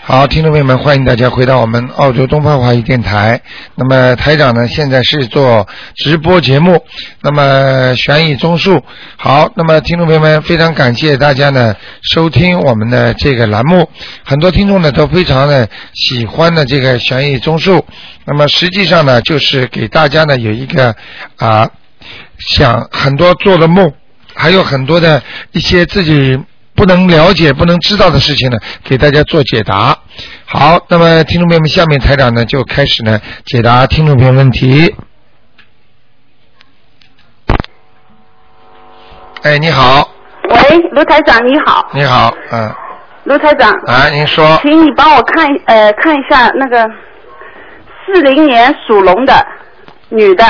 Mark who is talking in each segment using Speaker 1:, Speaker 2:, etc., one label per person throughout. Speaker 1: 好，听众朋友们，欢迎大家回到我们澳洲东方华语电台。那么台长呢，现在是做直播节目，那么悬疑综述。好，那么听众朋友们，非常感谢大家呢收听我们的这个栏目。很多听众呢都非常呢喜欢的这个悬疑综述。那么实际上呢，就是给大家呢有一个啊、想很多做的梦，还有很多的一些自己不能了解、不能知道的事情呢，给大家做解答。好，那么听众朋友们，下面台长呢就开始呢解答听众朋友问题。哎，你好，
Speaker 2: 喂，卢台长你好，
Speaker 1: 你好，嗯，
Speaker 2: 卢台长，
Speaker 1: 啊，您说，
Speaker 2: 请你帮我看一呃看一下那个四零年属龙的女的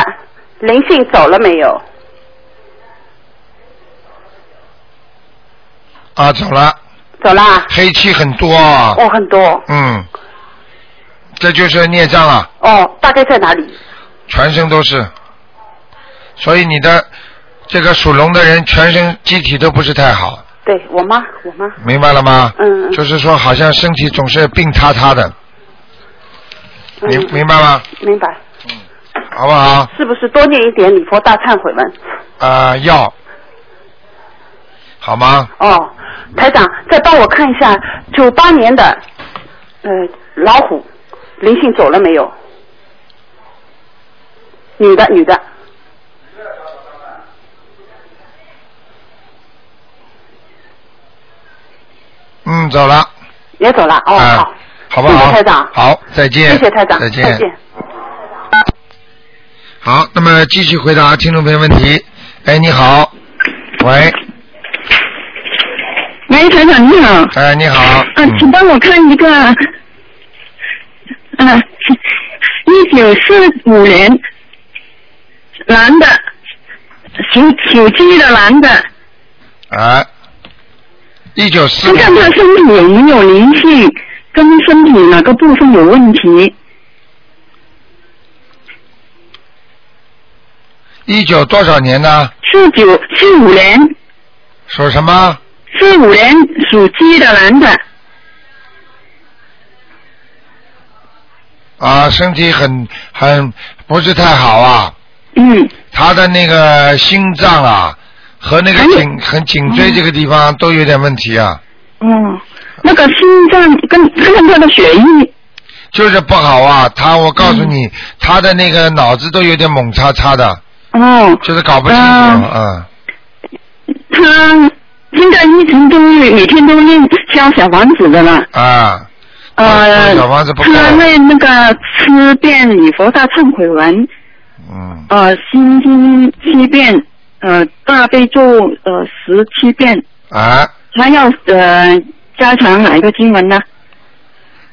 Speaker 2: 灵性走了没有？
Speaker 1: 啊，走了，
Speaker 2: 走啦？
Speaker 1: 黑气很多啊，
Speaker 2: 哦，很多
Speaker 1: 嗯，这就是孽障啊。
Speaker 2: 哦，大概在哪里？
Speaker 1: 全身都是，所以你的这个属龙的人全身机体都不是太好，
Speaker 2: 对我妈，我妈，
Speaker 1: 明白了吗？
Speaker 2: 嗯
Speaker 1: 就是说，好像身体总是病塌塌的，
Speaker 2: 嗯
Speaker 1: 明明白吗？
Speaker 2: 明白？
Speaker 1: 好不好？啊、
Speaker 2: 是不是多念一点礼佛大忏悔文？
Speaker 1: 要，好吗？
Speaker 2: 哦，台长，再帮我看一下九八年的呃老虎灵性走了没有？女的，女的，
Speaker 1: 嗯，走了。
Speaker 2: 也走了。哦，
Speaker 1: 啊
Speaker 2: 好。
Speaker 1: 好不好？
Speaker 2: 谢谢台长
Speaker 1: 好，再见。
Speaker 2: 谢谢台长，
Speaker 1: 再见。
Speaker 2: 再见
Speaker 1: 好，那么继续回答听众朋友问题。哎，你好，喂，
Speaker 3: 喂，台长你好，
Speaker 1: 哎，你好，
Speaker 3: 啊，请帮我看一个，啊，一九四五年，男的，属属鸡的男的，
Speaker 1: 嗯，啊，一九四
Speaker 3: 看看他身体有没有灵性，跟身体哪个部分有问题？
Speaker 1: 一九多少年呢？
Speaker 3: 四九四五年，
Speaker 1: 属什么？
Speaker 3: 四五年属鸡的男的，
Speaker 1: 啊，身体很很不是太好啊，
Speaker 3: 嗯，
Speaker 1: 他的那个心脏啊和那个颈和颈椎这个地方都有点问题啊，
Speaker 3: 哦，那个心脏跟看看他的血液，
Speaker 1: 就是不好啊。他我告诉你，他的那个脑子都有点猛叉叉的，
Speaker 3: 哦，
Speaker 1: 就是搞不清楚啊、
Speaker 3: 他现在一直都每天都练教小王子的了。
Speaker 1: 嗯啊，
Speaker 3: 呃，
Speaker 1: 小王子不够
Speaker 3: 他为那个吃遍礼佛大忏悔文，
Speaker 1: 嗯，
Speaker 3: 呃，心经七遍，呃，大悲咒呃十七遍，
Speaker 1: 啊，
Speaker 3: 还要呃加强哪一个经文呢？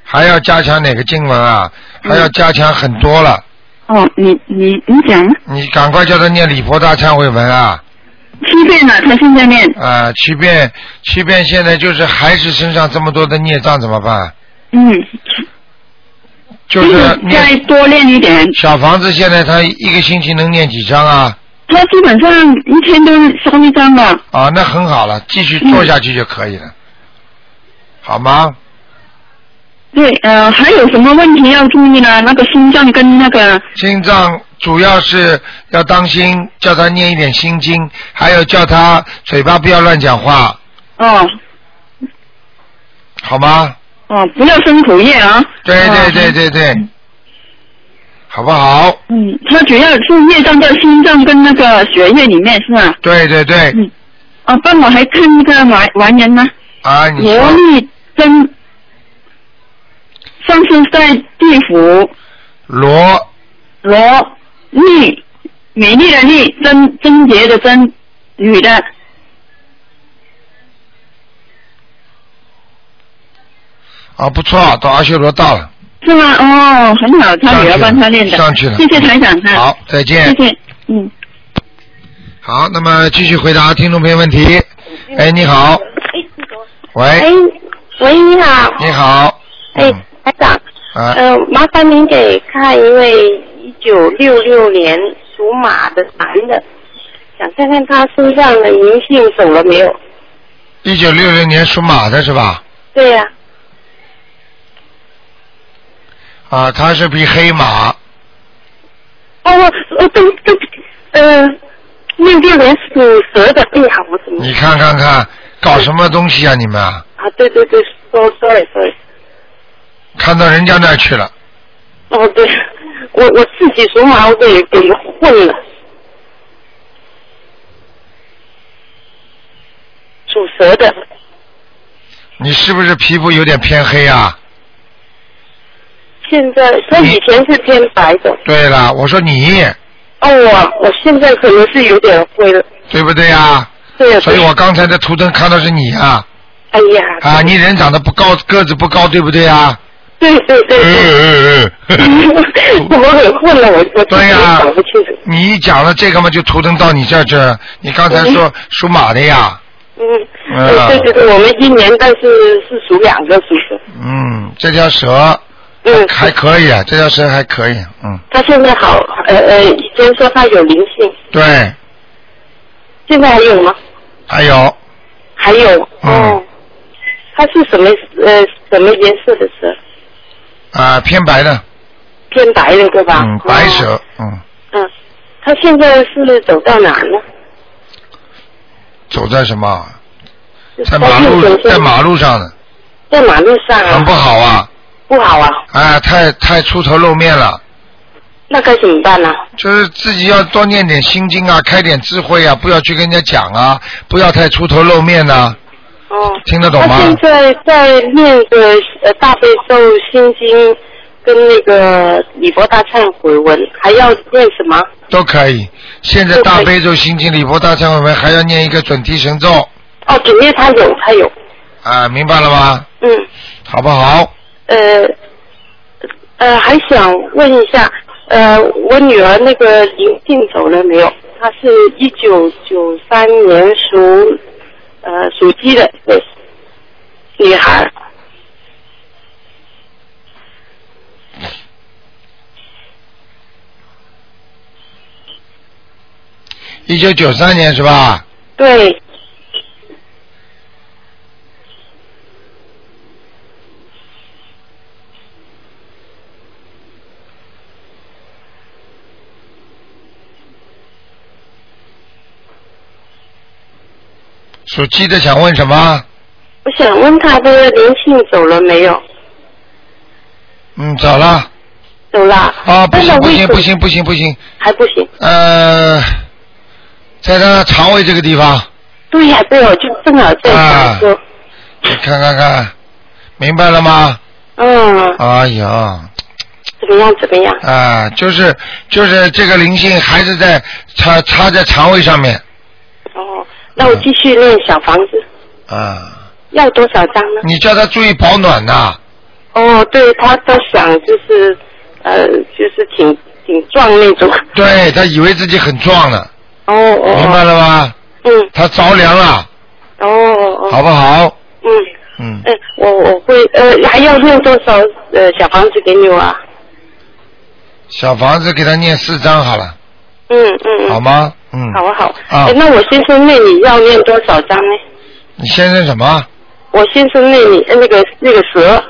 Speaker 1: 还要加强哪个经文啊？还要加强很多了，
Speaker 3: 哦，你你你讲
Speaker 1: 你赶快叫他念礼佛大忏悔文啊。
Speaker 3: 七遍了，他现在念，
Speaker 1: 啊，即便即便现在就是还是身上这么多的孽障怎么办？
Speaker 3: 嗯，
Speaker 1: 就是
Speaker 3: 嗯再
Speaker 1: 念
Speaker 3: 多练一点。
Speaker 1: 小房子，现在他一个星期能念几张啊？
Speaker 3: 他基本上一天都烧一张了。
Speaker 1: 啊，那很好了，继续做下去就可以了，好吗？
Speaker 3: 对，呃，还有什么问题要注意呢？那个心脏跟那个
Speaker 1: 心脏主要是要当心，叫他念一点心经，还有叫他嘴巴不要乱讲话，
Speaker 3: 哦
Speaker 1: 好吗？
Speaker 3: 哦，不要生口业啊。
Speaker 1: 对对对
Speaker 3: 对。
Speaker 1: 对对，好不好？
Speaker 3: 嗯，它主要是业障在心脏跟那个血液里面是吧？
Speaker 1: 对对对，
Speaker 3: 嗯啊，帮我还看一个完完人呢，
Speaker 1: 啊，你
Speaker 3: 罗
Speaker 1: 说
Speaker 3: 丽珍，上次在地府
Speaker 1: 罗
Speaker 3: 罗丽，美丽的丽，贞贞洁的贞，女的，
Speaker 1: 啊，不错，到阿修罗道了。
Speaker 3: 是吗？哦，很好，他女儿帮他练的，
Speaker 1: 上去了
Speaker 3: 谢谢台长哈，
Speaker 1: 好，再见。
Speaker 3: 谢谢，嗯。
Speaker 1: 好，那么继续回答听众朋友问题。哎，你好。喂，
Speaker 4: 喂，你好，
Speaker 1: 你好。
Speaker 4: 哎
Speaker 1: 嗯，
Speaker 4: 台长，
Speaker 1: 啊，
Speaker 4: 呃，麻烦您给看一位一九六六年属马的男的，想看看他身上的灵性走了没有？
Speaker 1: 一九六零年属马的是吧？
Speaker 4: 对呀、
Speaker 1: 啊，它是匹黑马，
Speaker 4: 哦，我我对对，呃，六六年属蛇的，哎呀，我怎么
Speaker 1: 你看看看，搞什么东西啊你们啊？
Speaker 4: 啊？对对对，so sorry sorry，
Speaker 1: 看到人家那儿去了，
Speaker 4: 哦对，我我自己属马，我给给混了。属蛇的，
Speaker 1: 你是不是皮肤有点偏黑啊？
Speaker 4: 现在他以前是偏白的，
Speaker 1: 对了，我说你
Speaker 4: 哦，我我现在可能是有点灰了，
Speaker 1: 对不对啊？
Speaker 4: 对呀，
Speaker 1: 所以我刚才的图腾看到是你啊
Speaker 4: 哎呀，
Speaker 1: 啊！你人长得不高，个子不高，对不对啊？
Speaker 4: 对对对，
Speaker 1: 嗯嗯嗯
Speaker 4: 我很混了，我我自
Speaker 1: 对
Speaker 4: 己也
Speaker 1: 呀、
Speaker 4: 搞不清楚，
Speaker 1: 你一讲了这个嘛，就图腾到你这儿这儿。你刚才说属马的呀，
Speaker 4: 嗯，
Speaker 1: 嗯
Speaker 4: 呃对对对，我们一年但是是属两个属蛇，
Speaker 1: 嗯，这条蛇
Speaker 4: 嗯，
Speaker 1: 啊还可以，这条蛇还可以，嗯，
Speaker 4: 他现在好，呃呃，以前说他有灵性，
Speaker 1: 对，
Speaker 4: 现在还有吗？
Speaker 1: 还有
Speaker 4: 还有，
Speaker 1: 嗯
Speaker 4: 哦，他是什么呃什么颜色的蛇？
Speaker 1: 啊、偏白的，
Speaker 4: 偏白的对吧？
Speaker 1: 嗯，白
Speaker 4: 哦
Speaker 1: 蛇，嗯，
Speaker 4: 嗯，他现在是走到哪呢？
Speaker 1: 走在什么，在
Speaker 4: 他
Speaker 1: 马路
Speaker 4: 右手
Speaker 1: 在
Speaker 4: 是
Speaker 1: 马路上的，
Speaker 4: 在马路上啊，
Speaker 1: 很不好啊，
Speaker 4: 不好啊，
Speaker 1: 哎，太太出头露面了。
Speaker 4: 那该怎么办呢、啊？
Speaker 1: 就是自己要多念点心经啊，开点智慧啊，不要去跟人家讲啊，不要太出头露面呐、啊
Speaker 4: 哦，
Speaker 1: 听得懂
Speaker 4: 他
Speaker 1: 吗？
Speaker 4: 现在在念的呃大悲咒心经跟那个李博大忏悔文，还要念什么？
Speaker 1: 都可以。现在
Speaker 4: 都可以
Speaker 1: 大悲咒、心经、礼佛大忏悔文还要念一个准提神咒
Speaker 4: 哦，准备他有，他有，
Speaker 1: 啊，明白了吗？
Speaker 4: 嗯。
Speaker 1: 好不好？
Speaker 4: 呃，呃，还想问一下，呃，我女儿那个灵性走了没有？她是一九九三年属，呃，属鸡的，对，女孩。
Speaker 1: 一九九三年是吧？
Speaker 4: 对，
Speaker 1: 属鸡的想问什么？
Speaker 4: 我想问她的灵性走了没有？
Speaker 1: 嗯，走了
Speaker 4: 走了。
Speaker 1: 啊！不
Speaker 4: 但是
Speaker 1: 行不
Speaker 4: 为什
Speaker 1: 行
Speaker 4: 么
Speaker 1: 不，行不行不行，
Speaker 4: 还不行。
Speaker 1: 呃，在他肠胃这个地方，
Speaker 4: 对呀、对呀、我就正好在
Speaker 1: 啊
Speaker 4: 想说，
Speaker 1: 你看看看，明白了吗？
Speaker 4: 嗯，
Speaker 1: 哎呀，
Speaker 4: 怎么样怎么样？
Speaker 1: 啊，就是就是这个灵性还是在插插在肠胃上面
Speaker 4: 哦，那我继续念小房子，
Speaker 1: 啊，
Speaker 4: 要多少张呢？
Speaker 1: 你叫他注意保暖呐、
Speaker 4: 哦，对，他在想就是，呃，就是挺挺壮那种。
Speaker 1: 对他以为自己很壮呢，
Speaker 4: 哦哦，
Speaker 1: 明白
Speaker 4: 哦
Speaker 1: 了吗？
Speaker 4: 嗯，
Speaker 1: 他着凉了，
Speaker 4: 哦哦哦，
Speaker 1: 好不好？
Speaker 4: 嗯，
Speaker 1: 嗯，
Speaker 4: 哎，我我会呃，还要念多少呃小房子给你啊？
Speaker 1: 小房子给他念四张好了，
Speaker 4: 嗯嗯嗯，
Speaker 1: 好吗？嗯，
Speaker 4: 好啊好。
Speaker 1: 啊
Speaker 4: 哎那我先生那里要念多少张呢？
Speaker 1: 你先生什么？
Speaker 4: 我先生那里呃那个那个蛇，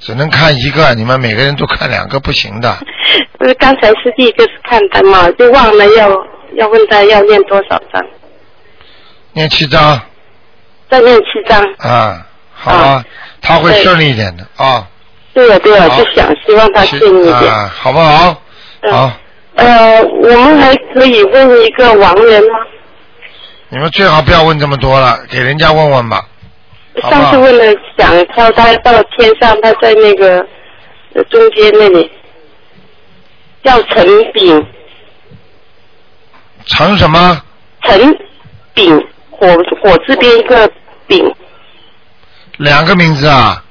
Speaker 1: 只能看一个，你们每个人都看两个不行的。
Speaker 4: 呃，刚才是第一个是看他嘛，就忘了要要问他要念多少张，
Speaker 1: 念七张
Speaker 4: 再念七张。
Speaker 1: 啊，好啊
Speaker 4: 啊，
Speaker 1: 他会
Speaker 4: 对
Speaker 1: 顺利一点的啊。
Speaker 4: 对呀、对呀、
Speaker 1: 好
Speaker 4: 就想希望他
Speaker 1: 七
Speaker 4: 顺利一点。
Speaker 1: 啊，好不好？
Speaker 4: 嗯
Speaker 1: 好，
Speaker 4: 呃，我们还可以问一个亡人啊吗？
Speaker 1: 你们最好不要问这么多了，给人家问问吧。好吧
Speaker 4: 上次问了想挑他到天上，他在那个呃中间那里，叫陈炳，
Speaker 1: 成什么？
Speaker 4: 陈炳火火字边一个炳，
Speaker 1: 两个名字啊？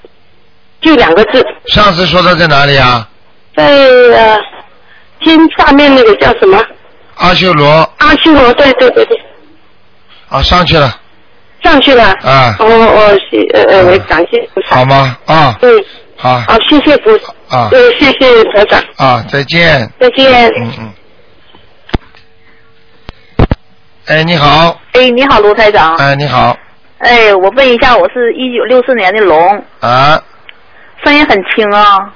Speaker 4: 就两个字，
Speaker 1: 上次说他在哪里啊？
Speaker 4: 在呃天下面那个叫什么？
Speaker 1: 阿修罗
Speaker 4: 阿修罗，对对对对，
Speaker 1: 啊，上去了，
Speaker 4: 上去了。
Speaker 1: 啊
Speaker 4: 哦哦，谢呃呃，我感谢菩萨。
Speaker 1: 好？吗？啊，
Speaker 4: 嗯，
Speaker 1: 好
Speaker 4: 好，谢谢菩萨。
Speaker 1: 啊
Speaker 4: 呃，谢谢台长，
Speaker 1: 啊，再见。
Speaker 4: 再见。
Speaker 1: 嗯嗯。哎，你好，
Speaker 5: 哎，你好，卢台长。
Speaker 1: 哎，你好，
Speaker 5: 哎，我问一下，我是一九六四年的龙，
Speaker 1: 啊，
Speaker 6: 声音很轻啊，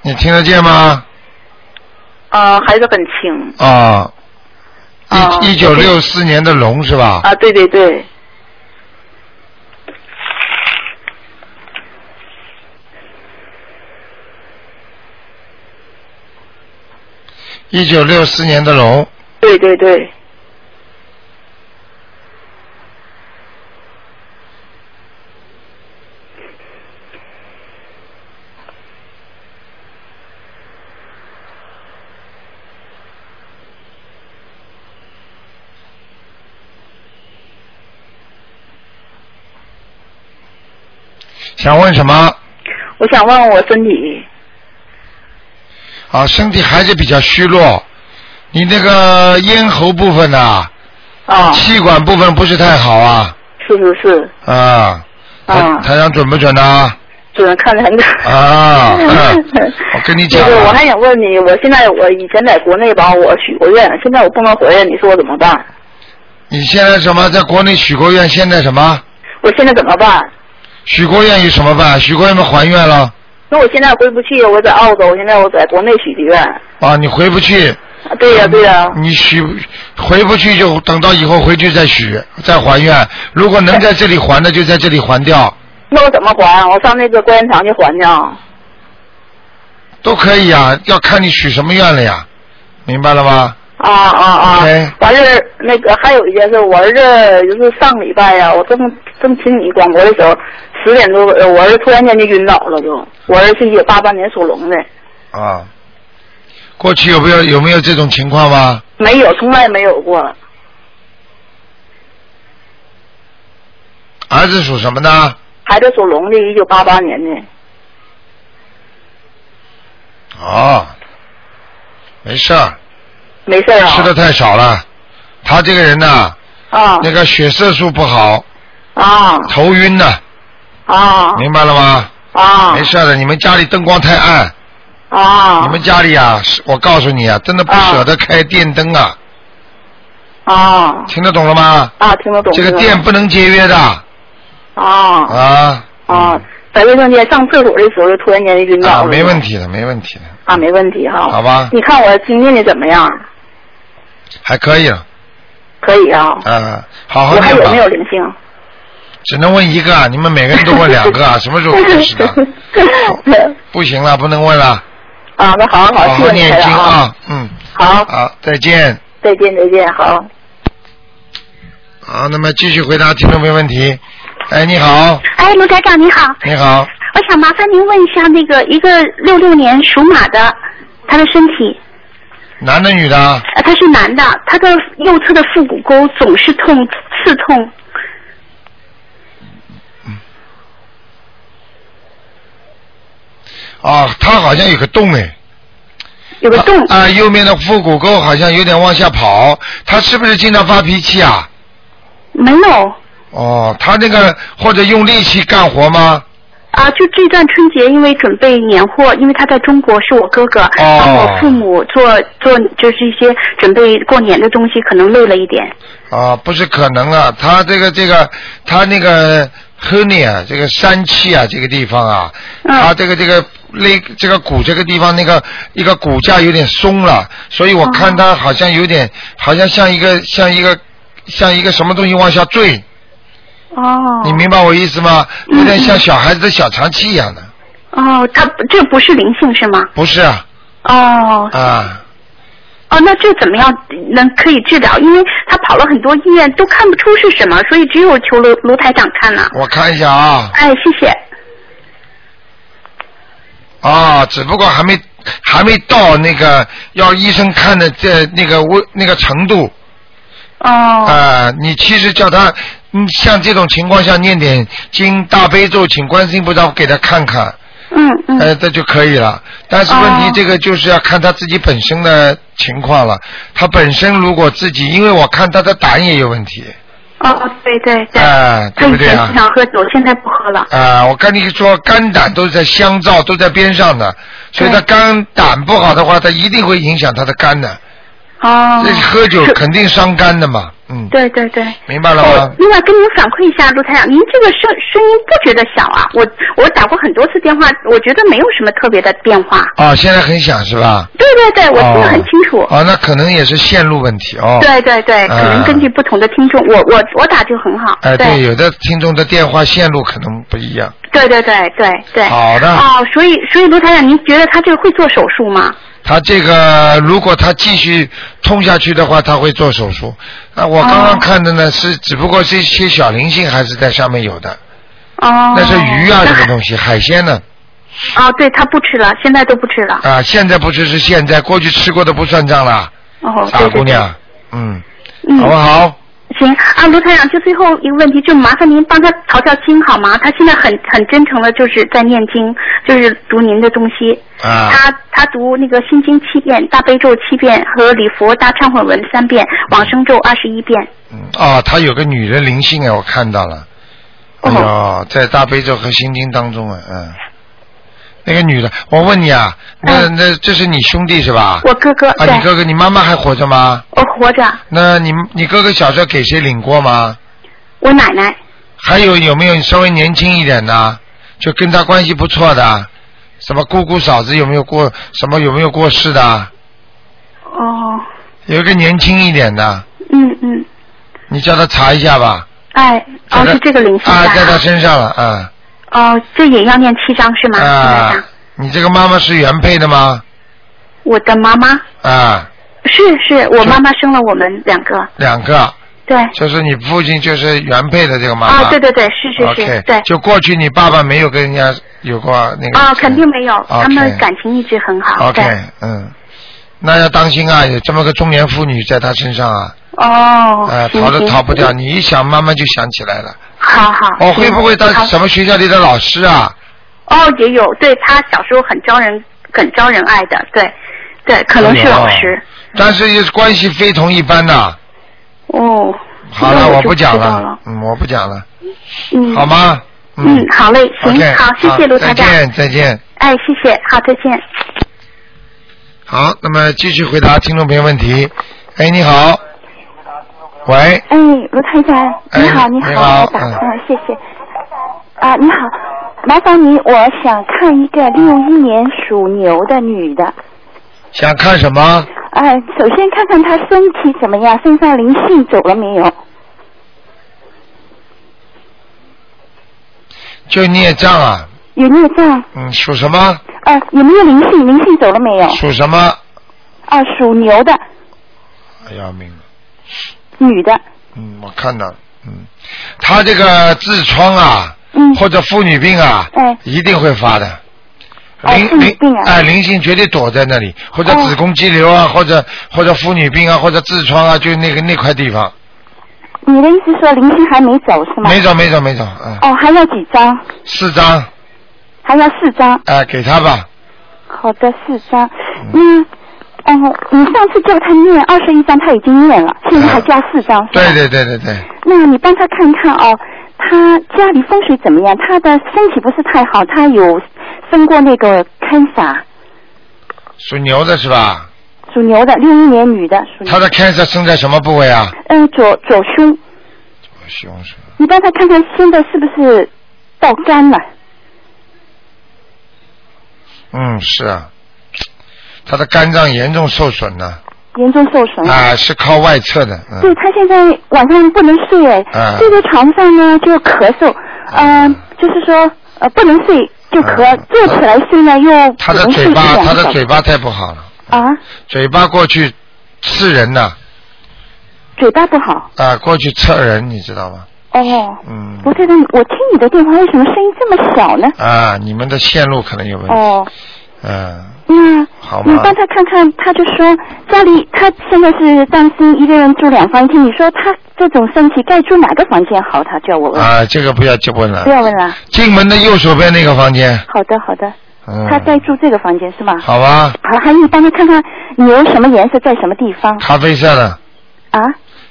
Speaker 1: 你听得见吗？
Speaker 6: 啊，还是很轻
Speaker 1: 啊，
Speaker 4: 啊
Speaker 6: 哦
Speaker 1: 一一九六四年的龙是吧？
Speaker 6: 啊，对对对，
Speaker 1: 一九六四年的龙，
Speaker 6: 对对对，
Speaker 1: 想问什么？
Speaker 6: 我想问问我身体，
Speaker 1: 啊，身体还是比较虚弱，你那个咽喉部分呐、
Speaker 6: 啊，
Speaker 1: 气管部分不是太好啊，
Speaker 6: 是是是，
Speaker 1: 啊，台
Speaker 6: 啊
Speaker 1: 台长准不准啊呢？
Speaker 6: 主任看得很准。
Speaker 1: 啊， 我跟你讲
Speaker 6: 那个，我
Speaker 1: 啊，
Speaker 6: 还想问你，我现在我以前在国内吧，我许过愿，现在我不能回来，你说我怎么办？
Speaker 1: 你现在什么在国内许过愿，现在什么
Speaker 6: 我现在怎么办？
Speaker 1: 许过愿有什么办？许过愿嘛还愿了
Speaker 6: 那我现在回不去，我在澳洲，现在我在国内许的愿。啊，
Speaker 1: 啊，你回不去，
Speaker 6: 对呀、对呀、
Speaker 1: 你许回不去就等到以后回去再许，再还愿。如果能在这里还的，就在这里还掉，
Speaker 6: 那我怎么还？我上那个观音堂去还去啊？
Speaker 1: 都可以啊，要看你许什么愿了呀，明白了吗？
Speaker 6: 啊啊啊
Speaker 1: OK！
Speaker 6: 完事儿，那个还有一件事，我儿子就是上礼拜呀、我正正听你广播的时候，十点多，呃我儿子突然间就晕倒了，就我儿子是一九八八年属龙的，
Speaker 1: 啊，过去有没有有没有这种情况吗？
Speaker 6: 没有，从来没有过。
Speaker 1: 儿子属什么呢？
Speaker 6: 孩子属龙的，一九八八年的。
Speaker 1: 哦，没事儿，
Speaker 6: 没事儿啊。
Speaker 1: 吃的太少了。他这个人呐、
Speaker 6: 啊
Speaker 1: 那个血色素不好，
Speaker 6: 啊
Speaker 1: 头晕呐、
Speaker 6: 啊
Speaker 1: 明白了吗？
Speaker 6: 啊！
Speaker 1: 没事的，你们家里灯光太暗，
Speaker 6: 啊。
Speaker 1: 你们家里啊，是我告诉你啊，真的不舍得开电灯啊，
Speaker 6: 啊
Speaker 1: 听得懂了吗？
Speaker 6: 啊，听得懂。
Speaker 1: 这个
Speaker 6: 听得懂
Speaker 1: 电不能节约的
Speaker 6: 啊
Speaker 1: 啊
Speaker 6: 啊，在卫生间上厕所的时候，就突然间就晕倒
Speaker 1: 啊，
Speaker 6: 了。
Speaker 1: 没问题的，没问题的，
Speaker 6: 啊，没问题哈。
Speaker 1: 好吧
Speaker 6: 你看我今天的怎么样？
Speaker 1: 还可以了
Speaker 6: 可以啊。
Speaker 1: 啊，好好
Speaker 6: 我还
Speaker 1: 念
Speaker 6: 有
Speaker 1: 吧
Speaker 6: 没。有灵性？
Speaker 1: 只能问一个啊，你们每个人都问两个啊，什么时候开始的？ 不行了，不能问了，
Speaker 6: 啊，那好
Speaker 1: 好
Speaker 6: 好，谢
Speaker 1: 好
Speaker 6: 谢你
Speaker 1: 念
Speaker 6: 台
Speaker 1: 经
Speaker 6: 长
Speaker 1: 啊。，嗯，
Speaker 6: 好，
Speaker 1: 好，再见。
Speaker 6: 再见再见，好。
Speaker 1: 好，那么继续回答听众朋友问题。哎，你好，
Speaker 4: 哎，卢台长你好，
Speaker 1: 你好，
Speaker 4: 我想麻烦您问一下那个一个六六年属马的，他的身体，
Speaker 1: 男的女的啊？
Speaker 4: 呃，他是男的，他的右侧的腹股沟总是痛，刺痛，
Speaker 1: 哦，他好像有个洞哎。
Speaker 4: 有个洞，
Speaker 1: 啊、右面的腹股沟好像有点往下跑，他是不是经常发脾气啊？
Speaker 4: 没有
Speaker 1: 哦，他那个或者用力气干活吗？
Speaker 4: 啊。就这段春节，因为准备年货，因为他在中国是我哥
Speaker 3: 哦
Speaker 4: 哥，帮我父母做做就是一些准备过年的东西，可能累了一点。
Speaker 1: 啊，不是可能啊，他这个这个他那个 hernia 这个山气啊，这个地方啊，
Speaker 4: 嗯
Speaker 1: 他这个这个肋这个骨这个地方那个一个骨架有点松了，所以
Speaker 4: 哦
Speaker 1: 我看他好像有点，好像像一个像一个像一个什么东西往下坠，
Speaker 4: 哦，嗯
Speaker 1: 你明白我意思吗？有点像小孩子的小肠气一样的，
Speaker 4: 哦，他这不是灵性是吗？
Speaker 1: 不是啊
Speaker 4: 哦，
Speaker 1: 啊，
Speaker 4: 哦，那这怎么样能可以治疗？因为他跑了很多医院，都看不出是什么，所以只有求卢卢台长看了。
Speaker 1: 我看一下啊
Speaker 4: 哎，谢谢。
Speaker 1: 啊，只不过还没还没到那个要医生看的这那个位那个程度。
Speaker 4: 哦，
Speaker 1: 啊、你其实叫他，嗯，像这种情况下念点经大悲咒，请观世音菩萨给他看看，
Speaker 4: 嗯嗯，
Speaker 1: 呃，这就可以了。但是问题
Speaker 4: 哦
Speaker 1: 这个就是要看他自己本身的情况了。他本身如果自己，因为我看他的胆也有问题，
Speaker 4: 哦，对对对。
Speaker 1: 哎
Speaker 4: 他
Speaker 1: 对不
Speaker 4: 以
Speaker 1: 对
Speaker 4: 前
Speaker 1: 啊
Speaker 4: 经常喝酒，现在不喝了。
Speaker 1: 啊、我跟你说，肝胆都是在相照，都在边上的，所以他肝胆不好的话，他一定会影响他的肝的。
Speaker 3: 哦
Speaker 1: 这，喝酒肯定伤肝的嘛，嗯，
Speaker 3: 对对对。
Speaker 1: 明白了
Speaker 3: 哦
Speaker 1: 吗，？
Speaker 3: 另外跟您反馈一下，卢台长，您这个声声音不觉得小啊？我我打过很多次电话，我觉得没有什么特别的变化。
Speaker 1: 啊，现在很响是吧？
Speaker 3: 对对对，我听得很清楚。
Speaker 1: 哦，那可能也是线路问题哦。
Speaker 3: 对对对，可能根据不同的听众，我我我打就很好。
Speaker 1: 哎，对，
Speaker 3: 对
Speaker 1: 有的听众的电话线路可能不一样。
Speaker 3: 对对对对对。
Speaker 1: 好的
Speaker 3: 哦，所以所以卢台长，您觉得他这个会做手术吗？
Speaker 1: 他这个如果他继续痛下去的话，他会做手术。那我刚刚看的呢是，只不过是一些小灵性还是在上面有的，
Speaker 3: 哦。
Speaker 1: 那是鱼啊
Speaker 3: 那
Speaker 1: 这
Speaker 3: 还
Speaker 1: 个东西，海鲜呢
Speaker 3: 哦，对他不吃了，现在都不吃了。
Speaker 1: 啊，现在不吃是现在，过去吃过的不算账啦，
Speaker 3: 哦，对
Speaker 1: 傻
Speaker 3: 对对
Speaker 1: 啊姑娘，嗯，
Speaker 3: 嗯
Speaker 1: 好不好？
Speaker 3: 行啊，卢台长，就最后一个问题，就麻烦您帮他调调经好吗？他现在很很真诚的，就是在念经，就是读您的东西。
Speaker 1: 啊，
Speaker 3: 他他读那个心经七遍，大悲咒七遍和礼佛大忏悔文三遍，往生咒二十一遍。
Speaker 1: 嗯哦，他有个女的灵性啊，我看到了。
Speaker 3: 哦
Speaker 1: 哎呦，在大悲咒和心经当中啊，嗯，那个女的，我问你啊，那、那这是你兄弟是吧？
Speaker 3: 嗯我哥哥
Speaker 1: 啊，
Speaker 3: 对，
Speaker 1: 你哥哥，你妈妈还活着吗？
Speaker 3: 我活着，
Speaker 1: 那你你哥哥小时候给谁领过吗？
Speaker 3: 我奶奶
Speaker 1: 还有有没有稍微年轻一点的，就跟他关系不错的，什么姑姑嫂子有没有过什么有没有过世的？
Speaker 3: 哦，
Speaker 1: 有一个年轻一点的，
Speaker 3: 嗯嗯，
Speaker 1: 你叫他查一下吧。
Speaker 3: 哎，哦是这个灵性
Speaker 1: 啊，在他
Speaker 3: 吧？
Speaker 1: 身上了啊
Speaker 3: 哦，这也要念七章是吗？卢台
Speaker 1: 啊
Speaker 3: 长！
Speaker 1: 你这个妈妈是原配的吗？
Speaker 3: 我的妈妈
Speaker 1: 啊，
Speaker 3: 是是我妈妈生了我们两个，
Speaker 1: 两个，
Speaker 3: 对。
Speaker 1: 就是你父亲就是原配的这个妈妈。
Speaker 3: 啊，对对对，是是是
Speaker 1: OK，
Speaker 3: 对。
Speaker 1: 就过去你爸爸没有跟人家有过那个。
Speaker 3: 啊，肯定没有，他们
Speaker 1: OK
Speaker 3: 感情一直很好。
Speaker 1: OK，
Speaker 3: 对
Speaker 1: 嗯，那要当心啊，有这么个中年妇女在他身上啊，
Speaker 3: 哦
Speaker 1: 呃，，
Speaker 3: 行
Speaker 1: 逃都
Speaker 3: 行
Speaker 1: 逃不掉。你一想，慢慢就想起来了。
Speaker 3: 好嗯好。
Speaker 1: 哦，会不会
Speaker 3: 他？
Speaker 1: 当什么学校里的老师啊？
Speaker 3: 哦，也有，对他小时候很招人，很招人爱的，对，对，可能是
Speaker 1: 哎呦
Speaker 3: 老师。
Speaker 1: 但是也是关系非同一般的。
Speaker 3: 哦。
Speaker 1: 好
Speaker 3: 那
Speaker 1: 了，我
Speaker 3: 就不
Speaker 1: 讲
Speaker 3: 知道了。
Speaker 1: 嗯，我不讲了，
Speaker 3: 嗯，
Speaker 1: 好？吗？
Speaker 3: 嗯，好嘞，行
Speaker 1: OK，
Speaker 3: 好，谢谢卢台长
Speaker 1: 再。见，再见。
Speaker 3: 哎，谢谢，好，再见。
Speaker 1: 好，那么继续回答听众朋友问题。哎，你好。喂，
Speaker 7: 哎，卢台长，
Speaker 1: 哎
Speaker 7: 你好，你
Speaker 1: 你好
Speaker 7: 好，台长，
Speaker 1: 嗯
Speaker 7: 嗯，谢谢。啊，你好，麻烦您，我想看一个六一年属牛的女的，
Speaker 1: 想看什么？
Speaker 7: 呃，首先看看她身体怎么样，身上灵性走了没有？
Speaker 1: 就孽障啊。
Speaker 7: 有孽障？
Speaker 1: 嗯，属什么？
Speaker 7: 呃，有没有灵性？灵性走了没有？
Speaker 1: 属什么？
Speaker 7: 啊，属牛的
Speaker 1: 哎要命了。
Speaker 7: 女的，
Speaker 1: 嗯，我看到了。嗯，他这个痔疮啊，
Speaker 7: 嗯，
Speaker 1: 或者妇女病啊，
Speaker 3: 嗯
Speaker 7: 哎
Speaker 1: 一定会发的。
Speaker 7: 哦妇
Speaker 1: 灵
Speaker 7: 女
Speaker 1: 灵
Speaker 7: 病啊
Speaker 1: 哎，灵性绝对躲在那里，或者
Speaker 7: 哦
Speaker 1: 子宫肌瘤啊，或者或者妇女病啊，或者痔疮啊，就那个那块地方，
Speaker 7: 你的意思说灵性还没走是吗？
Speaker 1: 没找没找没找，嗯，
Speaker 7: 哦，还要几张？
Speaker 1: 四张，
Speaker 7: 还要四张。
Speaker 1: 哎，给他吧，
Speaker 7: 嗯好的，四张。嗯，哦，你上次叫他念二十一张，他已经念了，现在还加四张。是吧
Speaker 1: 嗯对。对对对对，
Speaker 7: 那你帮他看看哦，他家里风水怎么样？他的身体不是太好，他有生过那个 cancer，
Speaker 1: 属牛的是吧？
Speaker 7: 属牛的，六一年女的，属牛
Speaker 1: 他的 cancer 生在什么部位啊？
Speaker 7: 嗯左左胸，
Speaker 1: 胸是吧？
Speaker 7: 你帮他看看现在是不是到肝了？
Speaker 1: 嗯，是啊，他的肝脏严重受损了，
Speaker 7: 严重受损了。
Speaker 1: 啊，是靠外侧的，嗯。
Speaker 7: 对他现在晚上不能睡哎，
Speaker 1: 嗯
Speaker 7: 睡在床上呢就咳嗽，
Speaker 1: 嗯
Speaker 7: 嗯，就是说呃不能睡就咳，
Speaker 1: 嗯
Speaker 7: 坐起来睡呢又
Speaker 1: 他
Speaker 7: 只
Speaker 1: 的
Speaker 7: 能睡
Speaker 1: 嘴
Speaker 7: 一
Speaker 1: 巴，
Speaker 7: 两
Speaker 1: 他
Speaker 7: 个
Speaker 1: 的
Speaker 7: 小
Speaker 1: 嘴
Speaker 7: 时
Speaker 1: 巴太不好了，
Speaker 7: 啊，
Speaker 1: 嘴巴过去刺人呐，
Speaker 7: 嘴巴不好
Speaker 1: 啊、过去刺人，你知道吗？
Speaker 7: 哦。
Speaker 1: 嗯，
Speaker 7: 不对的，我听你的电话为什么声音这么小呢？
Speaker 1: 啊，你们的线路可能有问题，
Speaker 7: 哦，
Speaker 1: 嗯，
Speaker 7: 那
Speaker 1: 好
Speaker 7: 你
Speaker 1: 吗？
Speaker 7: 帮他看看，他就说家里他现在是单身，一个人住两房一厅。你说他这种身体该住哪个房间好？他叫我问，
Speaker 1: 啊，这个不要去问了
Speaker 7: 不。要问了。
Speaker 1: 进门的右手边那个房间，
Speaker 7: 好的，好的，
Speaker 1: 嗯，
Speaker 7: 他该住这个房间是吗？
Speaker 1: 好吧，
Speaker 7: 好，还有你帮他看看牛什么颜色在什么地方
Speaker 1: 咖啡色的，
Speaker 7: 啊？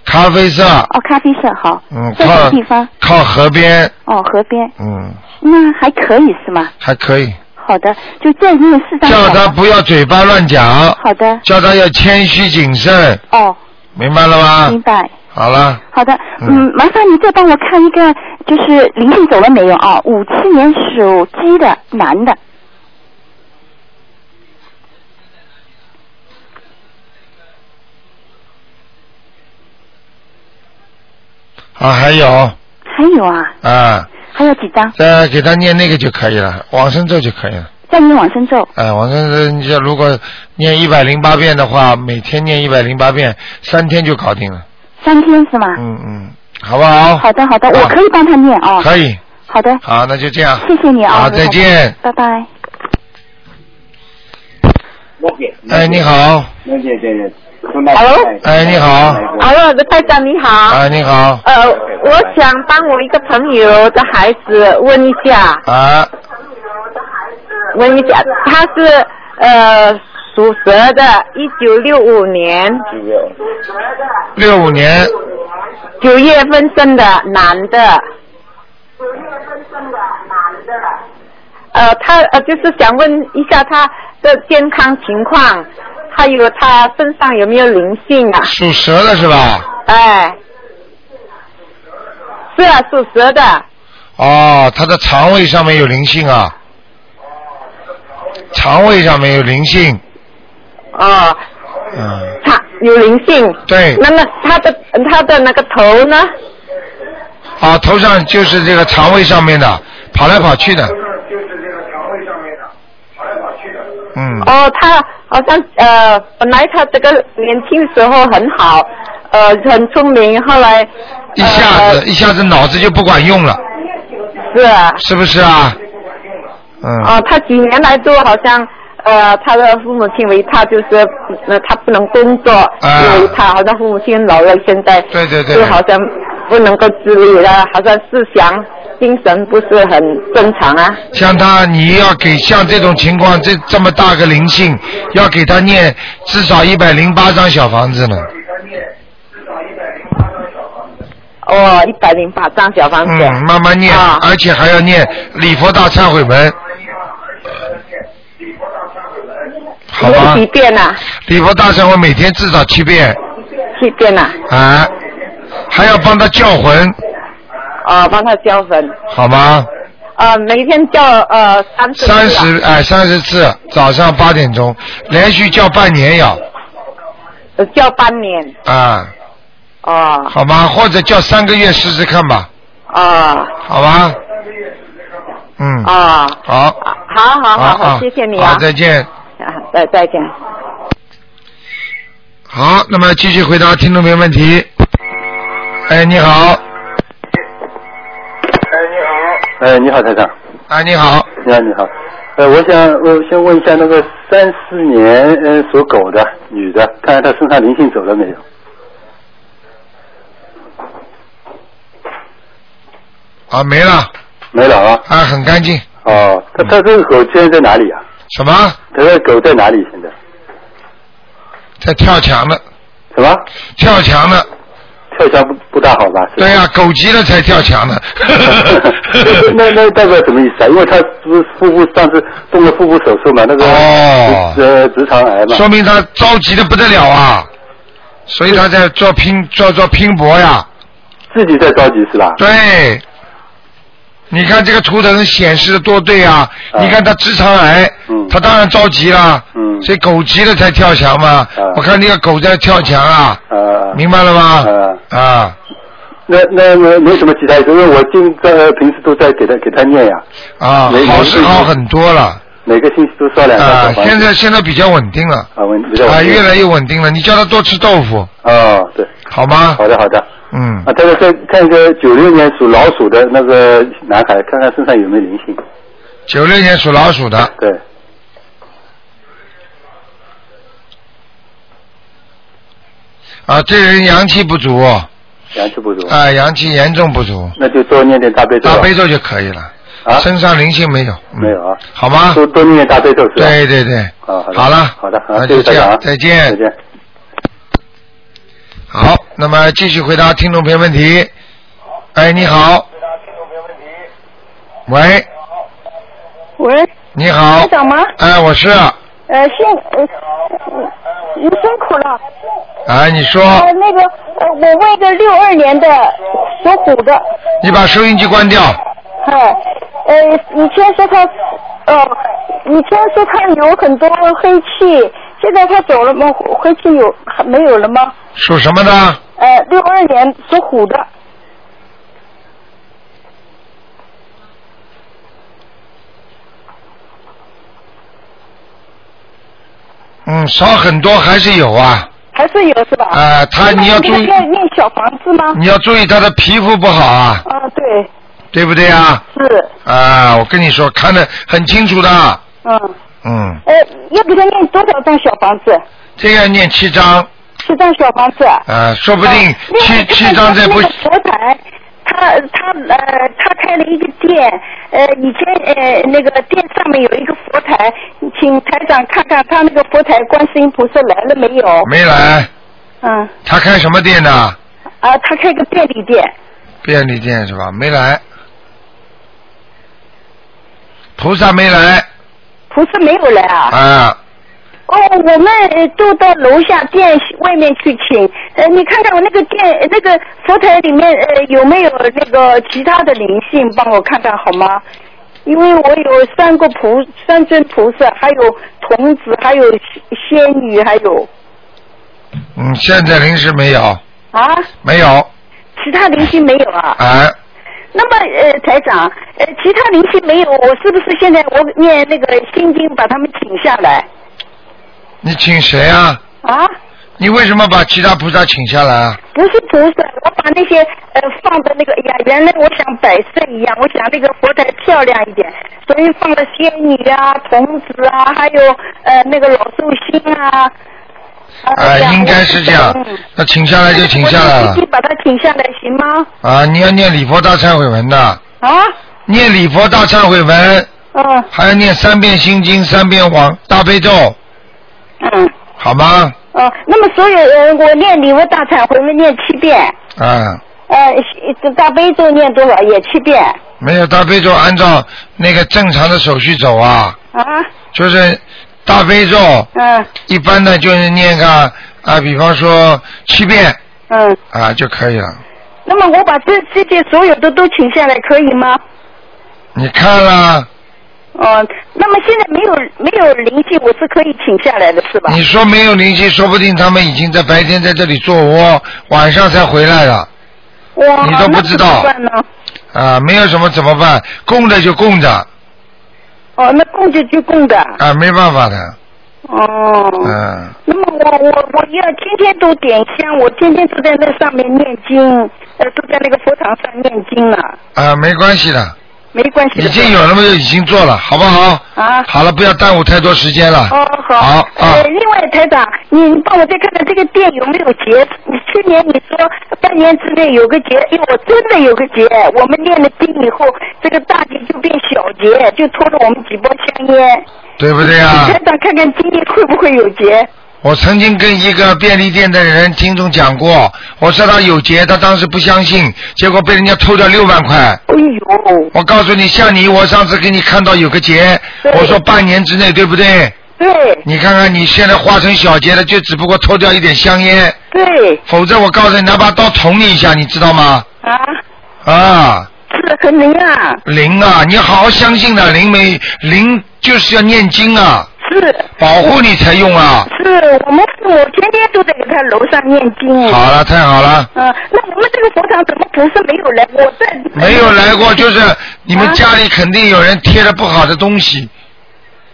Speaker 1: 咖啡色，
Speaker 7: 哦，咖啡色好，
Speaker 1: 嗯，
Speaker 7: 在什么
Speaker 1: 靠
Speaker 7: 地方？
Speaker 1: 靠河边，
Speaker 7: 哦，河边，
Speaker 1: 嗯，
Speaker 7: 那还可以是吗？
Speaker 1: 还可以，
Speaker 7: 好的，就再念四张小
Speaker 1: 叫
Speaker 7: 房。
Speaker 1: 他不要嘴巴乱讲，
Speaker 7: 好的。
Speaker 1: 叫他要谦虚谨慎，
Speaker 7: 哦，
Speaker 1: 明白了吗
Speaker 7: 明？白。
Speaker 1: 好了，
Speaker 7: 好的，
Speaker 1: 嗯
Speaker 7: 嗯，麻烦你再帮我看一个，就是灵性走了没有啊？五七年属鸡的男的，
Speaker 1: 啊，还有
Speaker 7: 还有啊，
Speaker 1: 啊，
Speaker 7: 还有几张？
Speaker 1: 再给他念那个就可以了，往生咒就可以了。
Speaker 7: 再念往生咒。
Speaker 1: 哎，往生咒，你就如果念一百零八遍的话，每天念一百零八遍，三天就搞定了。
Speaker 7: 三天是吗？
Speaker 1: 嗯嗯，好不好？
Speaker 7: 啊好的，好的，
Speaker 1: 啊
Speaker 7: 我可以帮他念哦。
Speaker 1: 可以，
Speaker 7: 好的，
Speaker 1: 好，那就这样。
Speaker 7: 谢谢你啊、
Speaker 1: 好，
Speaker 7: 卢台
Speaker 1: 再
Speaker 7: 长
Speaker 1: 见。
Speaker 7: 拜拜。
Speaker 1: 哎，你好，
Speaker 8: 那姐姐姐，
Speaker 4: Hello，
Speaker 1: 哎，你好，
Speaker 4: Hello，卢台长你好。
Speaker 1: 哎，你好，
Speaker 4: 呃，我想帮我一个朋友的孩子问一下，
Speaker 1: 啊，
Speaker 4: 问一下，他是呃属蛇的，一九六五年
Speaker 8: 哎
Speaker 1: 六五年
Speaker 4: 九月份生的，男的。呃，他呃就是想问一下他的健康情况，还有他身上有没有灵性啊？
Speaker 1: 属蛇的是吧？
Speaker 4: 哎，是啊，属蛇的。
Speaker 1: 哦，他的肠胃上面有灵性啊，肠胃上面有灵性，
Speaker 4: 哦，
Speaker 1: 嗯，
Speaker 4: 他有灵性。
Speaker 1: 对，
Speaker 4: 那么他的他的那个头呢？
Speaker 1: 啊，头上就是这个肠胃上面的，跑来跑去的，嗯，
Speaker 4: 哦，他好像呃，本来他这个年轻时候很好，呃，很聪明，后来呃
Speaker 1: 一下子一下子脑子就不管用了，
Speaker 4: 是啊，
Speaker 1: 是不是啊？嗯，
Speaker 4: 哦，他几年来都好像。呃，他的父母亲为他就是，呃，他不能工作，
Speaker 1: 啊
Speaker 4: 因为他好像父母亲老了，现在
Speaker 1: 对对对
Speaker 4: 就，好像不能够自理了，好像思想、精神不是很正常啊。
Speaker 1: 像他，你要给像这种情况，这这么大个灵性，要给他念至少一百零八张小房子呢。
Speaker 4: 哦，一百零八张小房子。
Speaker 1: 嗯，慢慢念，
Speaker 4: 啊
Speaker 1: 而且还要念礼佛大忏悔文，好吧
Speaker 4: 几？遍啊呐、
Speaker 1: 礼佛大忏悔每天至少七遍
Speaker 4: 七遍呐、
Speaker 1: 啊，还要帮他叫魂，
Speaker 4: 哦，帮他浇粉。
Speaker 1: 好吗？
Speaker 4: 呃，每天叫呃三十。
Speaker 1: 三十。哎，三十次，早上八点钟，连续叫半年要
Speaker 4: 呃，叫半年。
Speaker 1: 啊，
Speaker 4: 哦
Speaker 1: 好吗？或者叫三个月试试看吧，
Speaker 4: 哦
Speaker 1: 好吧？嗯，
Speaker 4: 哦，
Speaker 1: 好，
Speaker 4: 好好好
Speaker 1: 啊
Speaker 4: 好，谢谢你啊
Speaker 1: 好，。再见。
Speaker 4: 啊，再再见。
Speaker 1: 好，那么继续回答听众朋友问题。哎，你好，
Speaker 8: 哎，你好，台长，
Speaker 1: 哎，你好，
Speaker 8: 你好，你好，呃，我想我先问一下那个三四年呃属狗的女的，看看她身上灵性走了没有？
Speaker 1: 啊，没了，
Speaker 8: 没了啊？
Speaker 1: 啊，很干净。
Speaker 8: 哦，她她这个狗现在在哪里啊？
Speaker 1: 什么？
Speaker 8: 她的狗在哪里现在？
Speaker 1: 在跳墙呢？
Speaker 8: 什么？
Speaker 1: 跳墙呢？哎
Speaker 8: 跳墙不不大好吧？是吧
Speaker 1: 对呀、啊狗急了才跳墙呢。
Speaker 8: 那那代表什么意思啊？因为他不是腹部上次动了腹部手术嘛，那个
Speaker 1: 哦
Speaker 8: 直呃直肠癌嘛。
Speaker 1: 说明他着急的不得了啊，所以他在做拼做做拼搏呀。
Speaker 8: 自己在着急是吧？
Speaker 1: 对，你看这个图腾显示的多对啊！
Speaker 8: 啊
Speaker 1: 你看他直肠癌，
Speaker 8: 嗯
Speaker 1: 他当然着急啦，
Speaker 8: 嗯
Speaker 1: 所以狗急了才跳墙嘛。我看那个狗在跳墙啊，
Speaker 8: 呃，
Speaker 1: 明白了吗？啊，
Speaker 8: 那那那没什么其他意思，因为我经在平时都在给他给他念呀，
Speaker 1: 啊，
Speaker 8: 没哎
Speaker 1: 好
Speaker 8: 没
Speaker 1: 是好很多了
Speaker 8: 每个星期都烧两张
Speaker 1: 啊
Speaker 8: 小，房子
Speaker 1: 现在现在比较稳定了
Speaker 8: 啊，问题
Speaker 1: 啊，越来越稳定了。你叫他多吃豆腐，
Speaker 8: 哦，对，
Speaker 1: 好吗
Speaker 8: 好？的好的。
Speaker 1: 嗯
Speaker 8: 啊，，再来再看一个九六年属老鼠的那个男孩，看看身上有没有灵性。
Speaker 1: 九六年属老鼠的，
Speaker 8: 对，
Speaker 1: 啊，这人阳气不足，哦
Speaker 8: 阳气不足，
Speaker 1: 啊，阳气严重不足，
Speaker 8: 那就多念点大悲咒吧。
Speaker 1: 大悲咒就可以了。
Speaker 8: 啊，
Speaker 1: 身上灵性没有，嗯
Speaker 8: 没有啊，
Speaker 1: 好吗？
Speaker 8: 多多念点大悲咒是吧？
Speaker 1: 对对对，
Speaker 8: 啊，好的
Speaker 1: 好了
Speaker 8: 好的，好
Speaker 1: 那
Speaker 8: 谢
Speaker 1: 就
Speaker 8: 谢
Speaker 1: 这
Speaker 8: 大家啊
Speaker 1: 样，，再见
Speaker 8: 再见。
Speaker 1: 好，那么继续回答听众朋友问题。哎，你好。喂
Speaker 9: 喂，
Speaker 1: 你好
Speaker 7: 台，长吗？
Speaker 1: 哎，我是，
Speaker 7: 呃，辛呃，呃您辛苦了。
Speaker 1: 哎，你说，
Speaker 7: 呃，那个，呃，我问一个六二年的属虎的，
Speaker 1: 你把收音机关掉，
Speaker 7: 哎，呃，以前说他，哦，以前说他有很多黑气，现在他走了吗？黑气有还没有了吗？
Speaker 1: 属什么的？
Speaker 7: 呃，六二年属虎的，
Speaker 1: 嗯，少很多还是有啊，
Speaker 7: 还是有是吧？
Speaker 1: 啊他你要注意嗯
Speaker 7: 那要念小房子吗？
Speaker 1: 你要注意他的皮肤不好啊，
Speaker 7: 啊，对，
Speaker 1: 对不对啊？
Speaker 7: 是，
Speaker 1: 啊，我跟你说，看得很清楚的，
Speaker 7: 嗯，
Speaker 1: 嗯，
Speaker 7: 呃，要给他念多少张小房子？
Speaker 1: 这个要念七章，
Speaker 7: 七张小房子。
Speaker 1: 啊，说
Speaker 7: 哦
Speaker 1: 不定七七章再不
Speaker 7: 那个佛台，他他呃，他开了一个店，呃，以前呃那个店上面有一个佛台，请台长看看他那个佛台观世音菩萨来了没有？
Speaker 1: 没来，
Speaker 7: 嗯，
Speaker 1: 他开什么店的？
Speaker 7: 啊，他开个便利店，
Speaker 1: 便利店是吧？没来，菩萨没来
Speaker 7: 菩萨没有来啊。
Speaker 1: 啊。
Speaker 7: 哦，我们呃都到楼下店外面去请，呃，你看看我那个店呃那个佛台里面呃有没有那个其他的灵性，帮我看看好吗？因为我有三个菩三尊菩萨，还有童子，还有仙女，还有
Speaker 1: 嗯，现在临时没有，
Speaker 7: 啊，
Speaker 1: 没有，
Speaker 7: 其他灵性没有啊？
Speaker 1: 啊，
Speaker 7: 那么呃，台长，呃，其他灵性没有，我是不是现在我念那个心经把他们请下来
Speaker 1: 你请谁啊？
Speaker 7: 啊？
Speaker 1: 你为什么把其他菩萨请下来啊？
Speaker 7: 不是菩萨，我把那些呃放的那个哎呀，原来我想摆设一样，我想那个佛台漂亮一点，所以放了仙女啊、童子啊，还有呃那个老寿星啊。啊
Speaker 6: 哎
Speaker 1: 啊，应该是这样。那请下来就请下来
Speaker 7: 我
Speaker 1: 了
Speaker 7: 自己把它请下来行吗？
Speaker 1: 啊！你要念礼佛大忏悔文的，
Speaker 7: 啊，
Speaker 1: 念礼佛大忏悔文，
Speaker 7: 嗯，
Speaker 1: 还要念三遍心经，三遍往大悲咒，
Speaker 7: 嗯，
Speaker 1: 好吗？
Speaker 7: 哦，那么所有呃，我念礼佛大忏悔文念七遍，
Speaker 1: 啊，
Speaker 7: 呃，这大悲咒念多少也七遍
Speaker 1: 没有大悲咒，按照那个正常的手续走啊，
Speaker 7: 啊，
Speaker 1: 就是大悲咒，
Speaker 7: 嗯
Speaker 1: 一般的就是念个啊，比方说七遍
Speaker 7: 嗯。
Speaker 1: 啊就可以了。
Speaker 7: 那么我把这这些所有的都请下来可以吗？
Speaker 1: 你看啦，
Speaker 7: 哦，那么现在没有没有灵性，我是可以请下来的是吧？
Speaker 1: 你说没有灵性，说不定他们已经在白天在这里做窝，晚上才回来了
Speaker 7: 哇，
Speaker 1: 你都不知道
Speaker 7: 哦那怎么办呢？
Speaker 1: 啊，没有什么怎么办？供着就供着
Speaker 7: 哦，那供就就供的。
Speaker 1: 啊，没办法的，
Speaker 7: 哦，
Speaker 1: 嗯，
Speaker 7: 那么我我我要天天都点香，我天天都在那上面念经，呃，都在那个佛堂上念经了，
Speaker 1: 啊，没关系的，
Speaker 7: 没关系的。
Speaker 1: 已经有了嘛就已经做了，好不 好？
Speaker 7: 啊。
Speaker 1: 好了，不要耽误太多时间了。
Speaker 7: 哦，好。
Speaker 1: 好啊
Speaker 7: 呃，另外，台长，你你帮我再看看这个店有没有结？你去年你说半年之内有个结，因为我真的有个结。我们念了经以后，这个大结就变小结，就拖了我们几包香烟。
Speaker 1: 对不对啊？
Speaker 7: 台长，看看今年会不会有结？
Speaker 1: 我曾经跟一个便利店的人听众讲过，我说他有劫，他当时不相信，结果被人家偷掉六万块。哎
Speaker 7: 呦！
Speaker 1: 我告诉你，像你，我上次给你看到有个劫，我说半年之内，对不对？
Speaker 7: 对。
Speaker 1: 你看看你现在化成小劫了，就只不过偷掉一点香烟。
Speaker 7: 对。
Speaker 1: 否则我告诉你，拿把刀捅你一下，你知道吗？
Speaker 7: 啊，
Speaker 1: 啊，
Speaker 7: 是很灵啊，
Speaker 1: 灵啊，你好好相信的，灵没灵就是要念经啊，
Speaker 7: 是
Speaker 1: 保护你才用啊。
Speaker 7: 是我们父母天天都在给他楼上念经。
Speaker 1: 好了，太好了。
Speaker 7: 嗯、那我们这个佛堂怎么不是没有来？我在
Speaker 1: 没有来过，就是你们家里肯定有人贴了不好的东西，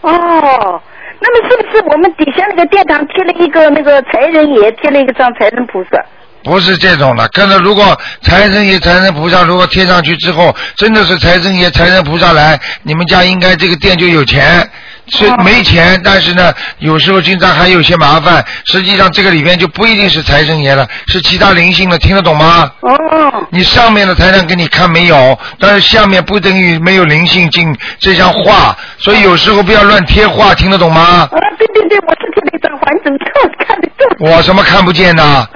Speaker 7: 哦，那么是不是我们底下那个殿堂贴了一个那个财神爷，贴了一个张财神菩萨？
Speaker 1: 不是这种的。跟着如果财神爷、财神菩萨如果贴上去之后，真的是财神爷、财神菩萨来，你们家应该这个店就有钱。是没钱，但是呢，有时候经常还有些麻烦。实际上这个里边就不一定是财神爷了，是其他灵性的，听得懂吗？
Speaker 7: 哦。
Speaker 1: 你上面的财神给你看没有，但是下面不等于没有灵性进这张画，所以有时候不要乱贴画，听得懂吗？
Speaker 7: 啊，对对对，我是贴了一张完整照，看得哦
Speaker 1: 我什么看不见呢？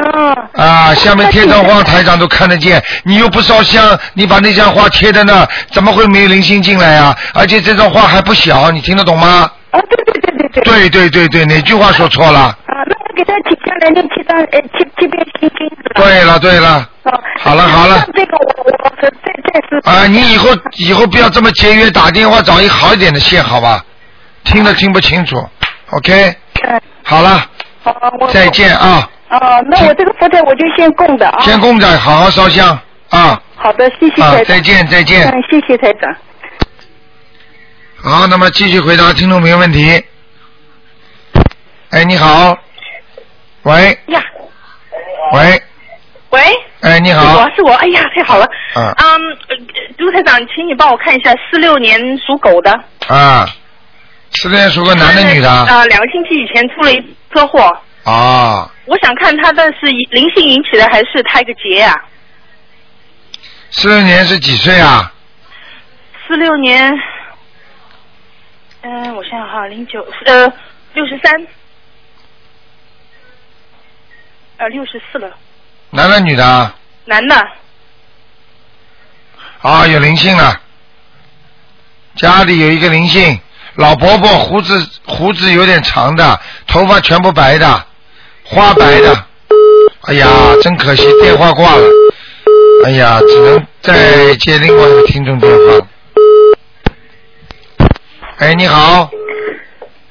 Speaker 1: 啊，下面天上花台长都看得见，你又不烧香，你把那张画贴在那儿，怎么会没有灵性进来啊？而且这张画还不小，你听得懂吗？啊，对对对对对。对对对哪句话说错了？
Speaker 7: 啊
Speaker 10: 我给他请下来那七张呃七七遍心经。
Speaker 1: 对了对了，
Speaker 7: 哦
Speaker 1: 好了好了。
Speaker 10: 这个我我这这是
Speaker 1: 啊，你以后以后不要这么节约，打电话找一好一点的线，好吧？听都听不清楚，OK？好了，
Speaker 10: 啊嗯我
Speaker 1: 再见啊！
Speaker 10: 啊，那我这个佛台我就先供的啊。
Speaker 1: 先供着，好好烧香啊！
Speaker 10: 好的，谢谢
Speaker 1: 啊
Speaker 10: 台长。
Speaker 1: 再见再见
Speaker 10: 嗯，谢谢台长。
Speaker 1: 好，那么继续回答听众朋友问题。哎，你好，喂
Speaker 4: 呀，
Speaker 1: 喂，
Speaker 4: 喂，
Speaker 1: 哎，你
Speaker 4: 是
Speaker 1: 好
Speaker 4: 我，是我，哎呀，太好了。
Speaker 1: 啊
Speaker 4: 嗯，呃卢台长，请你帮我看一下，四六年属狗的，
Speaker 1: 啊，是那属个男的女的啊
Speaker 4: 呃，两个星期以前出了一车祸，
Speaker 1: 啊？
Speaker 4: 我想看他的是灵性引起的还是胎个结啊呀、
Speaker 1: 四六年是几岁啊？
Speaker 4: 四六年，嗯、我想想哈，零九呃六十三，呃六十四了，
Speaker 1: 男的女的啊？
Speaker 4: 男的，
Speaker 1: 啊，有灵性了，家里有一个灵性，老婆婆胡子胡子有点长的，头发全部白的，花白的。哎呀，真可惜，电话挂了。哎呀，只能再接另外一个听众电话。哎，你好，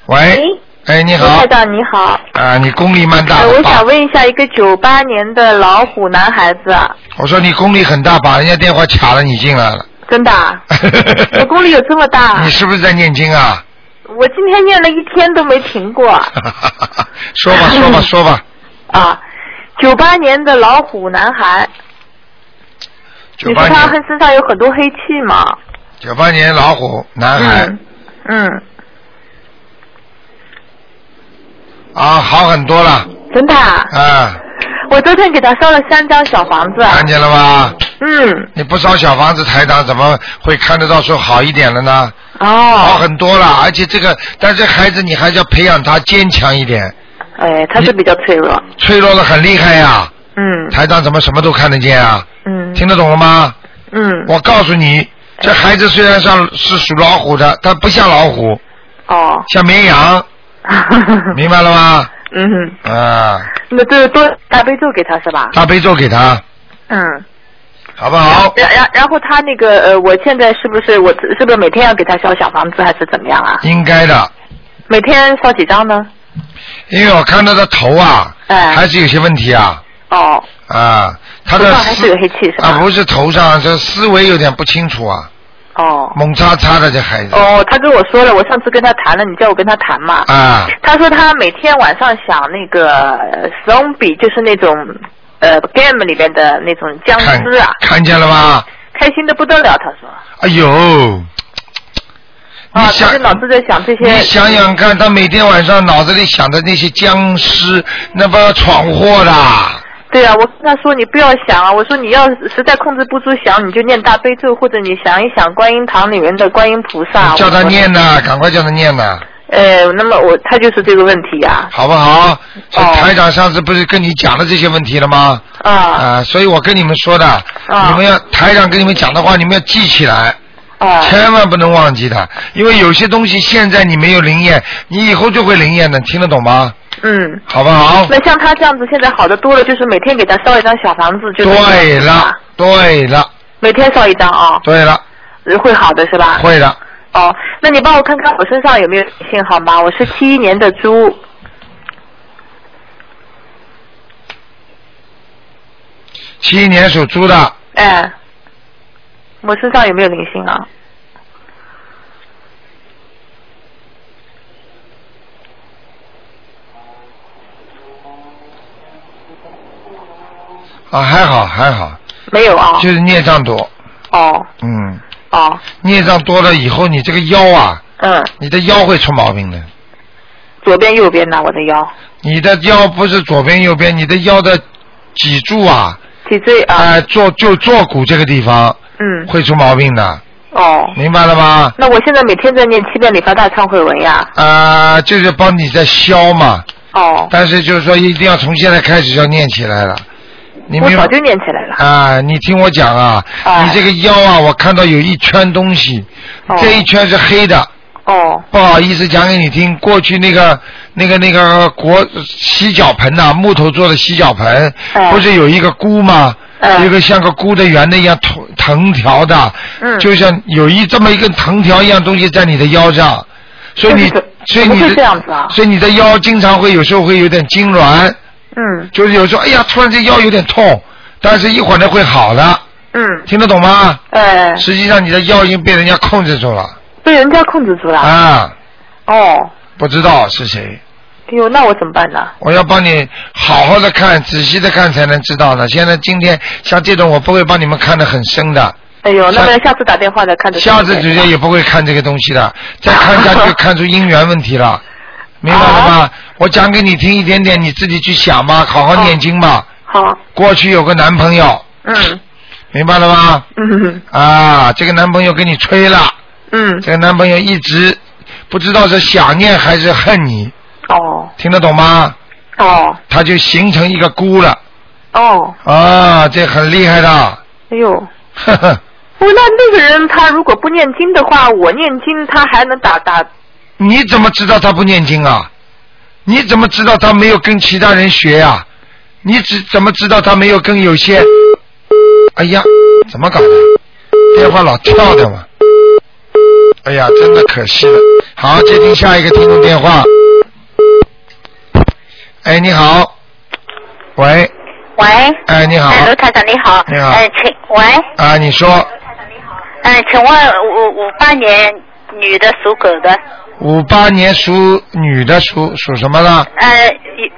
Speaker 1: 喂，哎，你
Speaker 7: 卢
Speaker 1: 好
Speaker 7: 台，长你好，
Speaker 1: 啊，你功力蛮大
Speaker 7: 呃
Speaker 1: 的
Speaker 7: 我
Speaker 1: 吧
Speaker 7: 想？问一下，一个九八年的老虎男孩子，啊
Speaker 1: 我说你功力很大，把人家电话卡了，你进来了。
Speaker 7: 真的啊， 我功力有这么大
Speaker 1: 你？是不是在念经啊？
Speaker 7: 我今天念了一天都没停过
Speaker 1: 说吧，说 吧，说吧。
Speaker 7: 啊！九八年的老虎男孩，
Speaker 1: 九
Speaker 7: 你
Speaker 1: 八
Speaker 7: 说他
Speaker 1: 年，
Speaker 7: 很身上有很多黑气吗？
Speaker 1: 九八年老虎男孩、
Speaker 7: 嗯，
Speaker 1: 啊，好很多了
Speaker 7: 真的啊，
Speaker 1: 啊，
Speaker 7: 我昨天给他烧了三张小房子，
Speaker 1: 看见了吧？
Speaker 7: 嗯，
Speaker 1: 你不烧小房子，台长怎么会看得到说好一点了呢？好
Speaker 7: 哦，
Speaker 1: 很多了，而且这个，但是孩子你还是要培养他坚强一点，
Speaker 7: 哎，他是比较脆弱，
Speaker 1: 脆弱的很厉害呀、
Speaker 7: 嗯
Speaker 1: 台长怎么什么都看得见啊？
Speaker 7: 嗯
Speaker 1: 听得懂了吗？
Speaker 7: 嗯，
Speaker 1: 我告诉你，这孩子虽然像是属老虎的，但不像老虎，
Speaker 7: 哦，
Speaker 1: 像绵羊，明白了吗？
Speaker 7: 嗯，
Speaker 1: 啊，
Speaker 7: 那这多大悲咒给他是吧？
Speaker 1: 大悲咒给他，
Speaker 7: 嗯。
Speaker 1: 好不好？
Speaker 7: 然然然后他那个呃，我现在是不是我是不是每天要给他烧小房子还是怎么样啊？
Speaker 1: 应该的，
Speaker 7: 每天烧几张呢？
Speaker 1: 因为我看他的头啊，
Speaker 7: 哎
Speaker 1: 还是有些问题啊，
Speaker 7: 哦，
Speaker 1: 啊，他的
Speaker 7: 头上还
Speaker 1: 思
Speaker 7: 是有黑气是吧
Speaker 1: 啊，不是头上，这思维有点不清楚啊，
Speaker 7: 哦
Speaker 1: 猛叉叉的这孩子
Speaker 7: 哦，他跟我说了，我上次跟他谈了，你叫我跟他谈嘛。
Speaker 1: 啊，
Speaker 7: 他说他每天晚上想那个呃 zombie，就是那种呃 game 里边的那种僵
Speaker 1: 看
Speaker 7: 尸啊，
Speaker 1: 看见了吧？
Speaker 7: 开心的不得了。他说
Speaker 1: 哎呦，
Speaker 7: 哦啊，他就脑子在想这些。
Speaker 1: 你想想看，他每天晚上脑子里想的那些僵尸，那不要闯祸的。
Speaker 7: 对啊，我跟他说你不要想啊，我说你要实在控制不住想，你就念大悲咒，或者你想一想观音堂里面的观音菩萨。
Speaker 1: 叫他
Speaker 7: 我
Speaker 1: 念呐，赶快叫他念呐，
Speaker 7: 呃，那么我他就是这个问题啊呀、
Speaker 1: 好不好？这台长上次不是跟你讲了这些问题了吗？
Speaker 7: 啊。
Speaker 1: 所以我跟你们说的，你们要台长跟你们讲的话，你们要记起来。
Speaker 7: 啊
Speaker 1: 千万不能忘记的，因为有些东西现在你没有灵验，你以后就会灵验的，听得懂吗？
Speaker 7: 嗯。
Speaker 1: 好不好？
Speaker 7: 那像他这样子，现在好的多了，就是每天给他烧一张小房子，就是
Speaker 1: 对
Speaker 7: 啊
Speaker 1: 了，对了，
Speaker 7: 每天烧一张啊、
Speaker 1: 对了，
Speaker 7: 会好的是吧？
Speaker 1: 会的。
Speaker 7: 哦，那你帮我看看我身上有没有信好吗？我是七一年的猪，
Speaker 1: 七一年属猪的，啊
Speaker 7: 哎，我身上有没有灵性啊？
Speaker 1: 啊，还好还好，
Speaker 7: 没有啊。
Speaker 1: 就是孽障多，
Speaker 7: 哦
Speaker 1: 嗯，
Speaker 7: 哦，
Speaker 1: 孽障多了以后，你这个腰啊，
Speaker 7: 嗯，
Speaker 1: 你的腰会出毛病的。
Speaker 7: 左边右边呢？我的腰，
Speaker 1: 你的腰不是左边右边，你的腰的脊柱啊，
Speaker 7: 脊椎啊，
Speaker 1: 哎、坐就坐骨这个地方
Speaker 7: 嗯，
Speaker 1: 会出毛病的，
Speaker 7: 哦。
Speaker 11: 嗯
Speaker 1: 明白了吗？呃
Speaker 7: 那我现在每天在念七遍礼佛大忏悔文呀。
Speaker 1: 啊、就是帮你在消嘛，
Speaker 11: 哦，
Speaker 1: 但是就是说一定要从现在开始要念起来了。你
Speaker 11: 我
Speaker 1: 明
Speaker 11: 早
Speaker 1: 白
Speaker 11: 就念起来了。
Speaker 1: 啊，你听我讲啊，你这个腰啊，我看到有一圈东西，这一圈是黑的。
Speaker 11: 哦。
Speaker 1: 不好意思讲给你听，过去那个那个那个国洗脚盆呐、木头做的洗脚盆，
Speaker 11: 哎
Speaker 1: 不是有一个箍吗？有一个像个箍的圆的一样藤藤条的，
Speaker 11: 嗯
Speaker 1: 就像有一这么一根藤条一样东西在你的腰上，所以你
Speaker 11: 这是
Speaker 1: 所以
Speaker 11: 怎么
Speaker 1: 你
Speaker 11: 会
Speaker 1: 的
Speaker 11: 这样子啊
Speaker 1: 所以你的腰经常会有时候会有点痉挛。
Speaker 11: 嗯
Speaker 1: 就是有时候哎呀，突然间腰有点痛，但是一会儿呢会好的，
Speaker 11: 嗯，
Speaker 1: 听得懂吗？
Speaker 11: 哎，
Speaker 1: 实际上你的腰已经被人家控制住了
Speaker 11: 被人家控制住了。
Speaker 1: 啊，
Speaker 11: 哦，
Speaker 1: 不知道是谁，
Speaker 11: 哎呦，那我怎么办呢？
Speaker 1: 我要帮你好好的看，仔细的看才能知道呢。现在今天像这种我不会帮你们看得很深的，
Speaker 11: 哎呦，那
Speaker 1: 下
Speaker 11: 么下次打电话再看着。
Speaker 1: 下次直接也不会看这个东西的，再看下去就看出姻缘问题了，明白了吗？我讲给你听一点点，你自己去想吧，好好念经吧。
Speaker 11: 好。
Speaker 1: 过去有个男朋友，
Speaker 11: 嗯
Speaker 1: 明白了吗？
Speaker 11: 嗯
Speaker 1: 啊，这个男朋友跟你吹了，
Speaker 11: 嗯，
Speaker 1: 这个男朋友一直不知道是想念还是恨你，
Speaker 11: 哦
Speaker 1: 听得懂吗？
Speaker 11: 哦
Speaker 1: 他就形成一个孤了
Speaker 11: 哦，
Speaker 1: 啊，这很厉害的，
Speaker 11: 哎呦。
Speaker 12: 哦
Speaker 1: 呵呵，
Speaker 11: 不，那那个人他如果不念经的话，我念经他还能打打
Speaker 1: 你怎么知道他不念经啊？你怎么知道他没有跟其他人学呀、你只怎么知道他没有跟有些？哎呀，怎么搞的？电话老跳的嘛。哎呀，真的可惜了。好，接听下一个听众电话。哎，你好。喂，
Speaker 12: 喂，
Speaker 1: 哎，你好
Speaker 12: 呃，卢台长你好，
Speaker 1: 你好
Speaker 12: 呃，请喂，
Speaker 1: 啊，你说
Speaker 12: 呃，请问五五八年女的属狗的，
Speaker 1: 五八年属女的属属什么的？
Speaker 12: 呃，一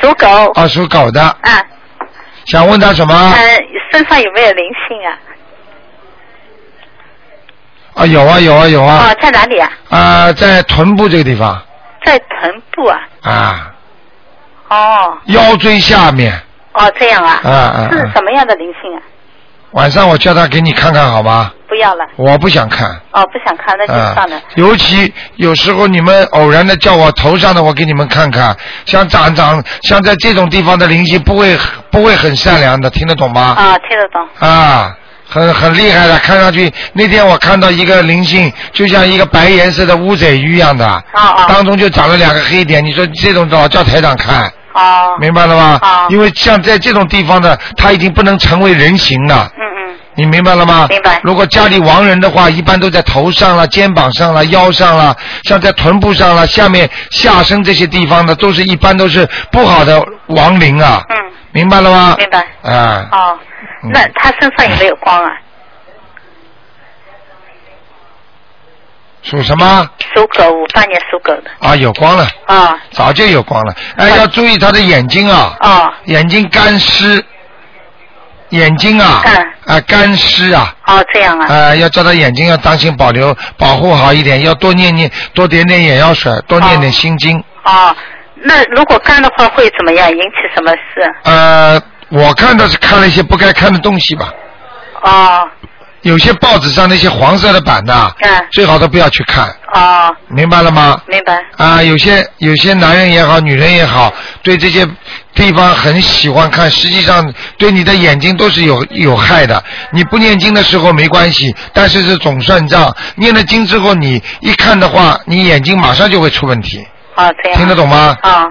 Speaker 12: 属狗，
Speaker 1: 啊，属狗的。
Speaker 12: 啊。
Speaker 1: 想问他什么？
Speaker 12: 呃，身上有没有灵性啊？
Speaker 1: 啊，有啊，有啊，有啊。
Speaker 12: 哦，在哪里啊？
Speaker 1: 啊，在臀部这个地方
Speaker 12: 在臀部啊。
Speaker 1: 啊，
Speaker 12: 哦，
Speaker 1: 腰椎下面
Speaker 12: 哦，这样啊。
Speaker 1: 啊啊
Speaker 12: 是
Speaker 1: 啊！
Speaker 12: 什么样的灵性啊？
Speaker 1: 晚上我叫他给你看看好吗？
Speaker 12: 不要了，
Speaker 1: 我不想看
Speaker 12: 哦，不想看，那就
Speaker 1: 啊
Speaker 12: 算了。，
Speaker 1: 尤其有时候你们偶然的叫我头上的，我给你们看看，像长长像在这种地方的灵性不会不会很善良的，听得懂吗？
Speaker 12: 啊，听得懂。
Speaker 1: 啊，很很厉害的，看上去那天我看到一个灵性，就像一个白颜色的乌贼鱼一样的，
Speaker 12: 哦
Speaker 1: 当中就长了两个黑点。你说这种老叫台长看，
Speaker 12: 哦，
Speaker 1: 明白了吗？因为像在这种地方的，它已经不能成为人形了。
Speaker 12: 嗯嗯。
Speaker 1: 你明白了吗？
Speaker 12: 明白
Speaker 1: 如果家里亡人的话，一般都在头上了、肩膀上了、腰上了，像在臀部上了、下面下身这些地方的，都是一般都是不好的亡灵啊。嗯。明白了吗？
Speaker 12: 明白。
Speaker 1: 啊。
Speaker 12: 哦，那他身上有没有光啊？
Speaker 1: 属什么？
Speaker 12: 属狗，五八年属狗的。
Speaker 1: 啊，有光了，
Speaker 12: 啊
Speaker 1: 早就有光了。哎，要注意他的眼睛啊，
Speaker 12: 哦，
Speaker 1: 眼睛干湿，眼睛啊，啊干湿啊，
Speaker 12: 嗯哦，这样啊。
Speaker 1: 啊，要叫他眼睛要当心保留，保护好一点，要多念念，多点点眼药水，多念点心经。
Speaker 3: 啊
Speaker 12: 哦，那如果干的话会怎么样？引起什么事？
Speaker 1: 呃，我看到是看了一些不该看的东西吧，
Speaker 3: 啊
Speaker 12: 哦
Speaker 1: 有些报纸上那些黄色的版呐，
Speaker 12: 嗯
Speaker 1: 最好都不要去看，
Speaker 3: 啊
Speaker 12: 哦，
Speaker 1: 明白了吗？
Speaker 12: 明白。
Speaker 1: 啊，有些有些男人也好，女人也好，对这些地方很喜欢看，实际上对你的眼睛都是有有害的。你不念经的时候没关系，但是是总算账。念了经之后，你一看的话，你眼睛马上就会出问题。
Speaker 12: 哦，
Speaker 3: 啊
Speaker 12: 这样。
Speaker 1: 听得懂吗
Speaker 12: 哦。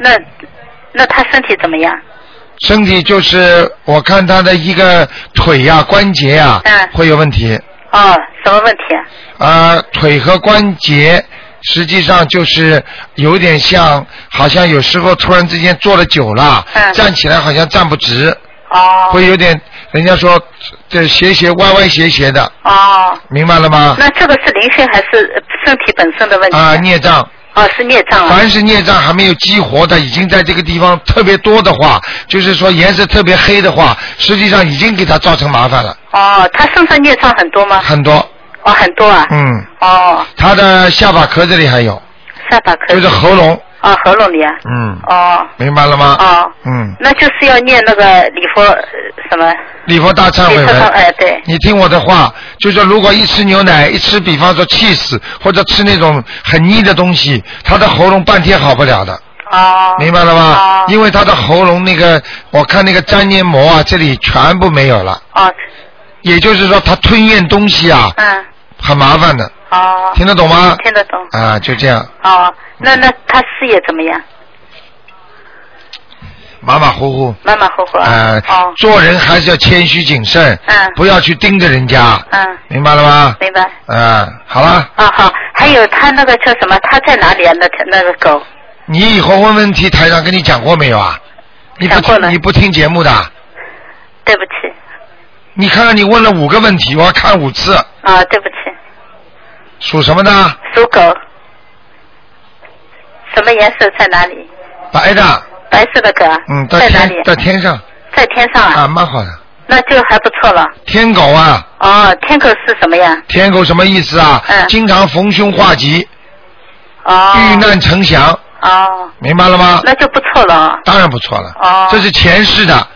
Speaker 12: 那那他身体怎么样？
Speaker 1: 身体就是我看他的一个腿呀、关节呀、
Speaker 12: 嗯
Speaker 1: 会有问题。
Speaker 12: 哦，什么问题啊？
Speaker 1: 啊，腿和关节实际上就是有点像，好像有时候突然之间坐了久了，站起来好像站不直，
Speaker 12: 哦
Speaker 1: 会有点，人家说这斜斜歪歪斜斜的，
Speaker 12: 哦。
Speaker 1: 明白了吗？
Speaker 12: 那这个是灵性还是呃身体本身的问题？
Speaker 1: 啊，孽障，
Speaker 12: 哦，是孽障啊。
Speaker 1: 凡是孽障还没有激活的，已经在这个地方特别多的话，就是说颜色特别黑的话，实际上已经给他造成麻烦了，
Speaker 12: 哦，他身上孽障很多吗？
Speaker 1: 很多，
Speaker 12: 哦，很多啊。
Speaker 1: 嗯，
Speaker 12: 哦，
Speaker 1: 他的下巴壳这里还有，
Speaker 12: 下巴壳。
Speaker 1: 就是喉咙。
Speaker 12: 哦啊，喉咙里啊。
Speaker 1: 嗯，
Speaker 12: 哦。
Speaker 1: 明白了吗？
Speaker 12: 哦，
Speaker 1: 嗯，
Speaker 12: 那就是要念那个礼佛呃什么？
Speaker 1: 礼佛大忏悔
Speaker 12: 礼佛大哎
Speaker 1: 文。
Speaker 12: 对。
Speaker 1: 你听我的话，就说如果一吃牛奶，一吃比方说 cheese 或者吃那种很腻的东西，他的喉咙半天好不了的。
Speaker 12: 啊
Speaker 1: 明白了吗？因为他的喉咙那个，我看那个粘黏膜啊，这里全部没有了。
Speaker 12: 哦。
Speaker 1: 也就是说，他吞咽东西啊，
Speaker 12: 嗯，
Speaker 1: 很麻烦的。
Speaker 12: 哦。
Speaker 1: 听得懂吗
Speaker 12: 听得懂。
Speaker 1: 啊，就这样，
Speaker 12: 哦，那那他事业怎么样？
Speaker 1: 马马虎虎。
Speaker 12: 马马虎虎啊。
Speaker 1: 啊、做人还是要谦虚谨慎，
Speaker 12: 嗯
Speaker 1: 不要去盯着人家，
Speaker 12: 嗯，
Speaker 1: 明白了吗？
Speaker 12: 明白。
Speaker 1: 啊、好了，
Speaker 12: 啊好，还有他那个叫什么？他在哪里啊？那条那个狗？
Speaker 1: 你已婚问问题台上跟你讲过没有啊？你不听你不听节目的，
Speaker 12: 对不起，
Speaker 1: 你看看你问了五个问题，我要看五次，
Speaker 12: 啊对不起，
Speaker 1: 属什么的？
Speaker 12: 属狗。什么颜色在哪里？
Speaker 1: 白的，
Speaker 12: 白色的狗啊。
Speaker 1: 嗯，
Speaker 12: 在
Speaker 1: 在
Speaker 12: 哪里
Speaker 1: 天？在天上
Speaker 12: 在天上啊，
Speaker 1: 啊，蛮好的。
Speaker 12: 那就还不错了。
Speaker 1: 天狗啊，
Speaker 12: 哦，天狗是什么呀？
Speaker 1: 天狗什么意思啊？
Speaker 12: 嗯
Speaker 1: 经常逢凶化吉，
Speaker 12: 哦。
Speaker 1: 遇难成祥，
Speaker 12: 哦。
Speaker 1: 明白了吗？
Speaker 12: 那就不错了啊。
Speaker 1: 当然不错了。
Speaker 12: 哦
Speaker 1: 这是前世的，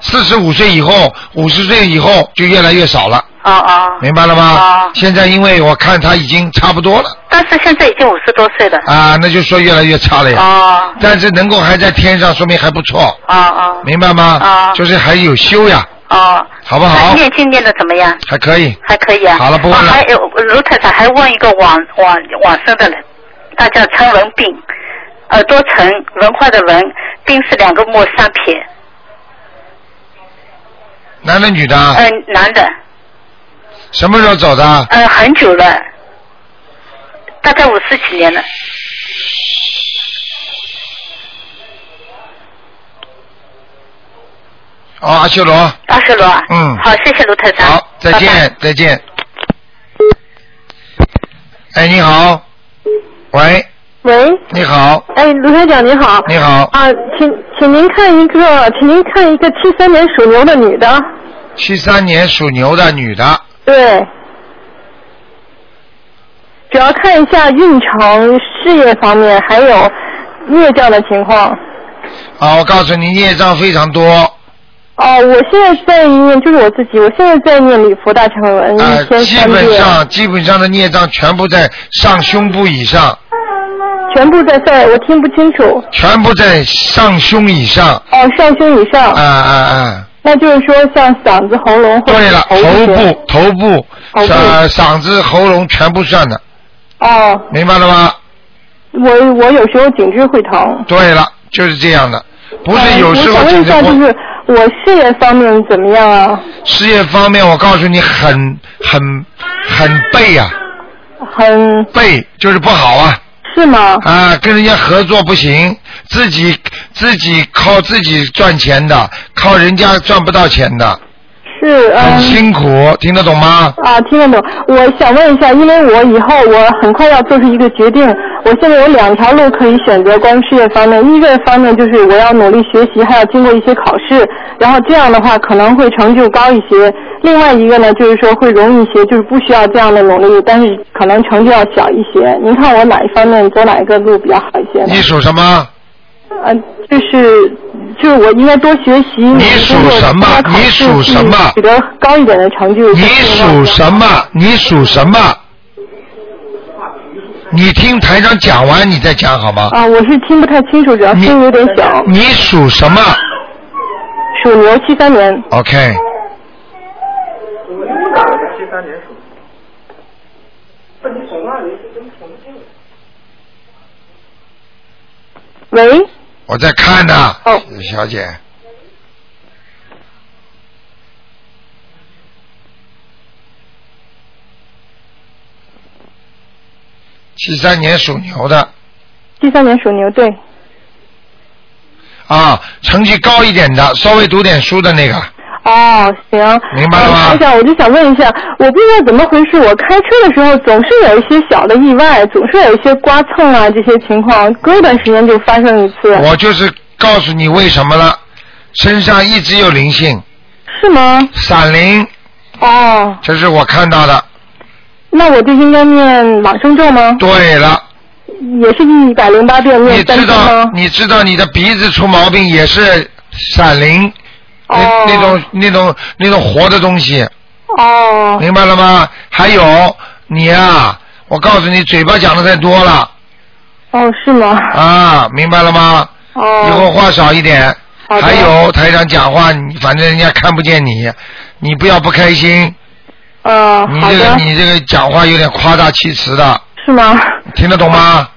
Speaker 1: 四十五岁以后，五十岁以后就越来越少了，
Speaker 12: 哦哦。
Speaker 1: 明白了吗？现在因为我看他已经差不多了
Speaker 12: 但是现在已经五十多岁了。
Speaker 1: 啊，那就说越来越差了呀。
Speaker 12: 哦
Speaker 1: 但是能够还在天上，说明还不错，
Speaker 12: 哦哦
Speaker 1: 明白吗？
Speaker 12: 哦
Speaker 1: 就是还有修呀，
Speaker 12: 哦。
Speaker 1: 好不
Speaker 12: 那
Speaker 1: 好？
Speaker 12: 念经念的怎么样？
Speaker 1: 还可以。
Speaker 12: 还可以啊。
Speaker 1: 好了不问了
Speaker 12: 哦还有卢太太还问一个往往往生的人，他叫陈文斌，耳朵陈，文化的文，斌是两个木三撇，
Speaker 1: 男的女的啊？
Speaker 12: 嗯、男的，
Speaker 1: 什么时候走的啊？
Speaker 12: 嗯、很久了，大概五十几年了，
Speaker 1: 哦，阿修罗。
Speaker 12: 二十罗啊。
Speaker 1: 嗯
Speaker 12: 好，谢谢卢太太。好，
Speaker 1: 再见，再见。哎，你好，喂，
Speaker 7: 喂，
Speaker 1: 你好，
Speaker 7: 哎，卢台长您好。
Speaker 1: 你好
Speaker 7: 啊，请请您看一个，请您看一个七三年属牛的女的。
Speaker 1: 七三年属牛的女的，
Speaker 7: 对。主要看一下运程、事业方面，还有业障的情况。
Speaker 1: 啊，我告诉你，业障非常多，
Speaker 7: 哦、我现在在念，就是我自己，我现在在念礼佛大忏悔文，一天
Speaker 1: 啊基
Speaker 7: 三
Speaker 1: 本
Speaker 7: 遍，
Speaker 1: 上基本上的业障全部在上胸部以上，
Speaker 7: 全部在在，我听不清楚。
Speaker 1: 全部在上胸以上，
Speaker 7: 哦，上胸以上。
Speaker 1: 啊啊啊！
Speaker 7: 那就是说，像嗓子、喉咙或者
Speaker 1: 对了，
Speaker 7: 头
Speaker 1: 头
Speaker 7: 部
Speaker 1: 部、头部、
Speaker 7: 头部
Speaker 1: 呃、嗓子、喉咙全部算的，
Speaker 7: 哦，
Speaker 1: 明白了吗？
Speaker 7: 我我有时候颈椎会疼。
Speaker 1: 对了，就是这样的，不
Speaker 7: 呃
Speaker 1: 是有时候
Speaker 7: 我想
Speaker 1: 颈
Speaker 7: 问一
Speaker 1: 椎
Speaker 7: 下，
Speaker 1: 不
Speaker 7: 就是我事业方面怎么样啊？
Speaker 1: 事业方面，我告诉你，很很很背啊，
Speaker 7: 很
Speaker 1: 背就是不好啊。
Speaker 7: 是吗？
Speaker 1: 啊，跟人家合作不行，自己自己靠自己赚钱的，靠人家赚不到钱的，
Speaker 7: 是嗯。
Speaker 1: 很辛苦，听得懂吗？
Speaker 7: 啊，听得懂。我想问一下，因为我以后我很快要做出一个决定，我现在有两条路可以选择，关于事业方面。一个方面就是我要努力学习，还要经过一些考试，然后这样的话可能会成就高一些。另外一个呢，就是说会容易一些，就是不需要这样的努力，但是可能成就要小一些。您看我哪一方面走哪一个路比较好一些呢？
Speaker 1: 你属什么？
Speaker 7: 呃，就是就是我应该多学习。你
Speaker 1: 属什么你属什么
Speaker 7: 取得高一点的成就。
Speaker 1: 你属什么？你属什么？你听台长讲完，你再讲好吗？
Speaker 7: 啊，我是听不太清楚，主要声音有点小。
Speaker 1: 你属什么
Speaker 7: 属牛，七三年。
Speaker 1: ？OK，
Speaker 13: 七三年属。不，你总那里是真重庆。
Speaker 7: 喂，
Speaker 1: 我在看呢，
Speaker 7: 哦
Speaker 1: 小姐。七三年属牛的
Speaker 7: 七三年属牛，对。
Speaker 1: 啊，成绩高一点的，稍微读点书的那个，
Speaker 7: 哦，行。
Speaker 1: 明白了吗
Speaker 7: 台长，我就想问一下，我不知道怎么回事，我开车的时候总是有一些小的意外，总是有一些刮蹭啊这些情况，隔一段时间就发生一次。
Speaker 1: 我就是告诉你为什么了，身上一直有灵性，
Speaker 7: 是吗？
Speaker 1: 闪灵，
Speaker 7: 哦，
Speaker 1: 这是我看到的。
Speaker 7: 那我就应该念往生咒吗？
Speaker 1: 对了，
Speaker 7: 也是一百零八遍念
Speaker 1: 你
Speaker 7: 三
Speaker 1: 知
Speaker 7: 遍
Speaker 1: 道
Speaker 7: 吗？
Speaker 1: 你知道你的鼻子出毛病也是闪灵，那那种那种那种活的东西。
Speaker 7: 哦。
Speaker 1: 明白了吗？还有你啊，我告诉你，嘴巴讲的太多了
Speaker 7: 哦，是吗？
Speaker 1: 啊，明白了吗？
Speaker 7: 哦。
Speaker 1: 以后话少一点。
Speaker 7: 好的
Speaker 1: 还有台长讲话，你反正人家看不见你，你不要不开心。
Speaker 7: 呃，
Speaker 1: 你
Speaker 7: 好
Speaker 1: 这个
Speaker 7: 的，
Speaker 1: 你这个讲话有点夸大其词的，
Speaker 7: 是吗？
Speaker 1: 听得懂吗？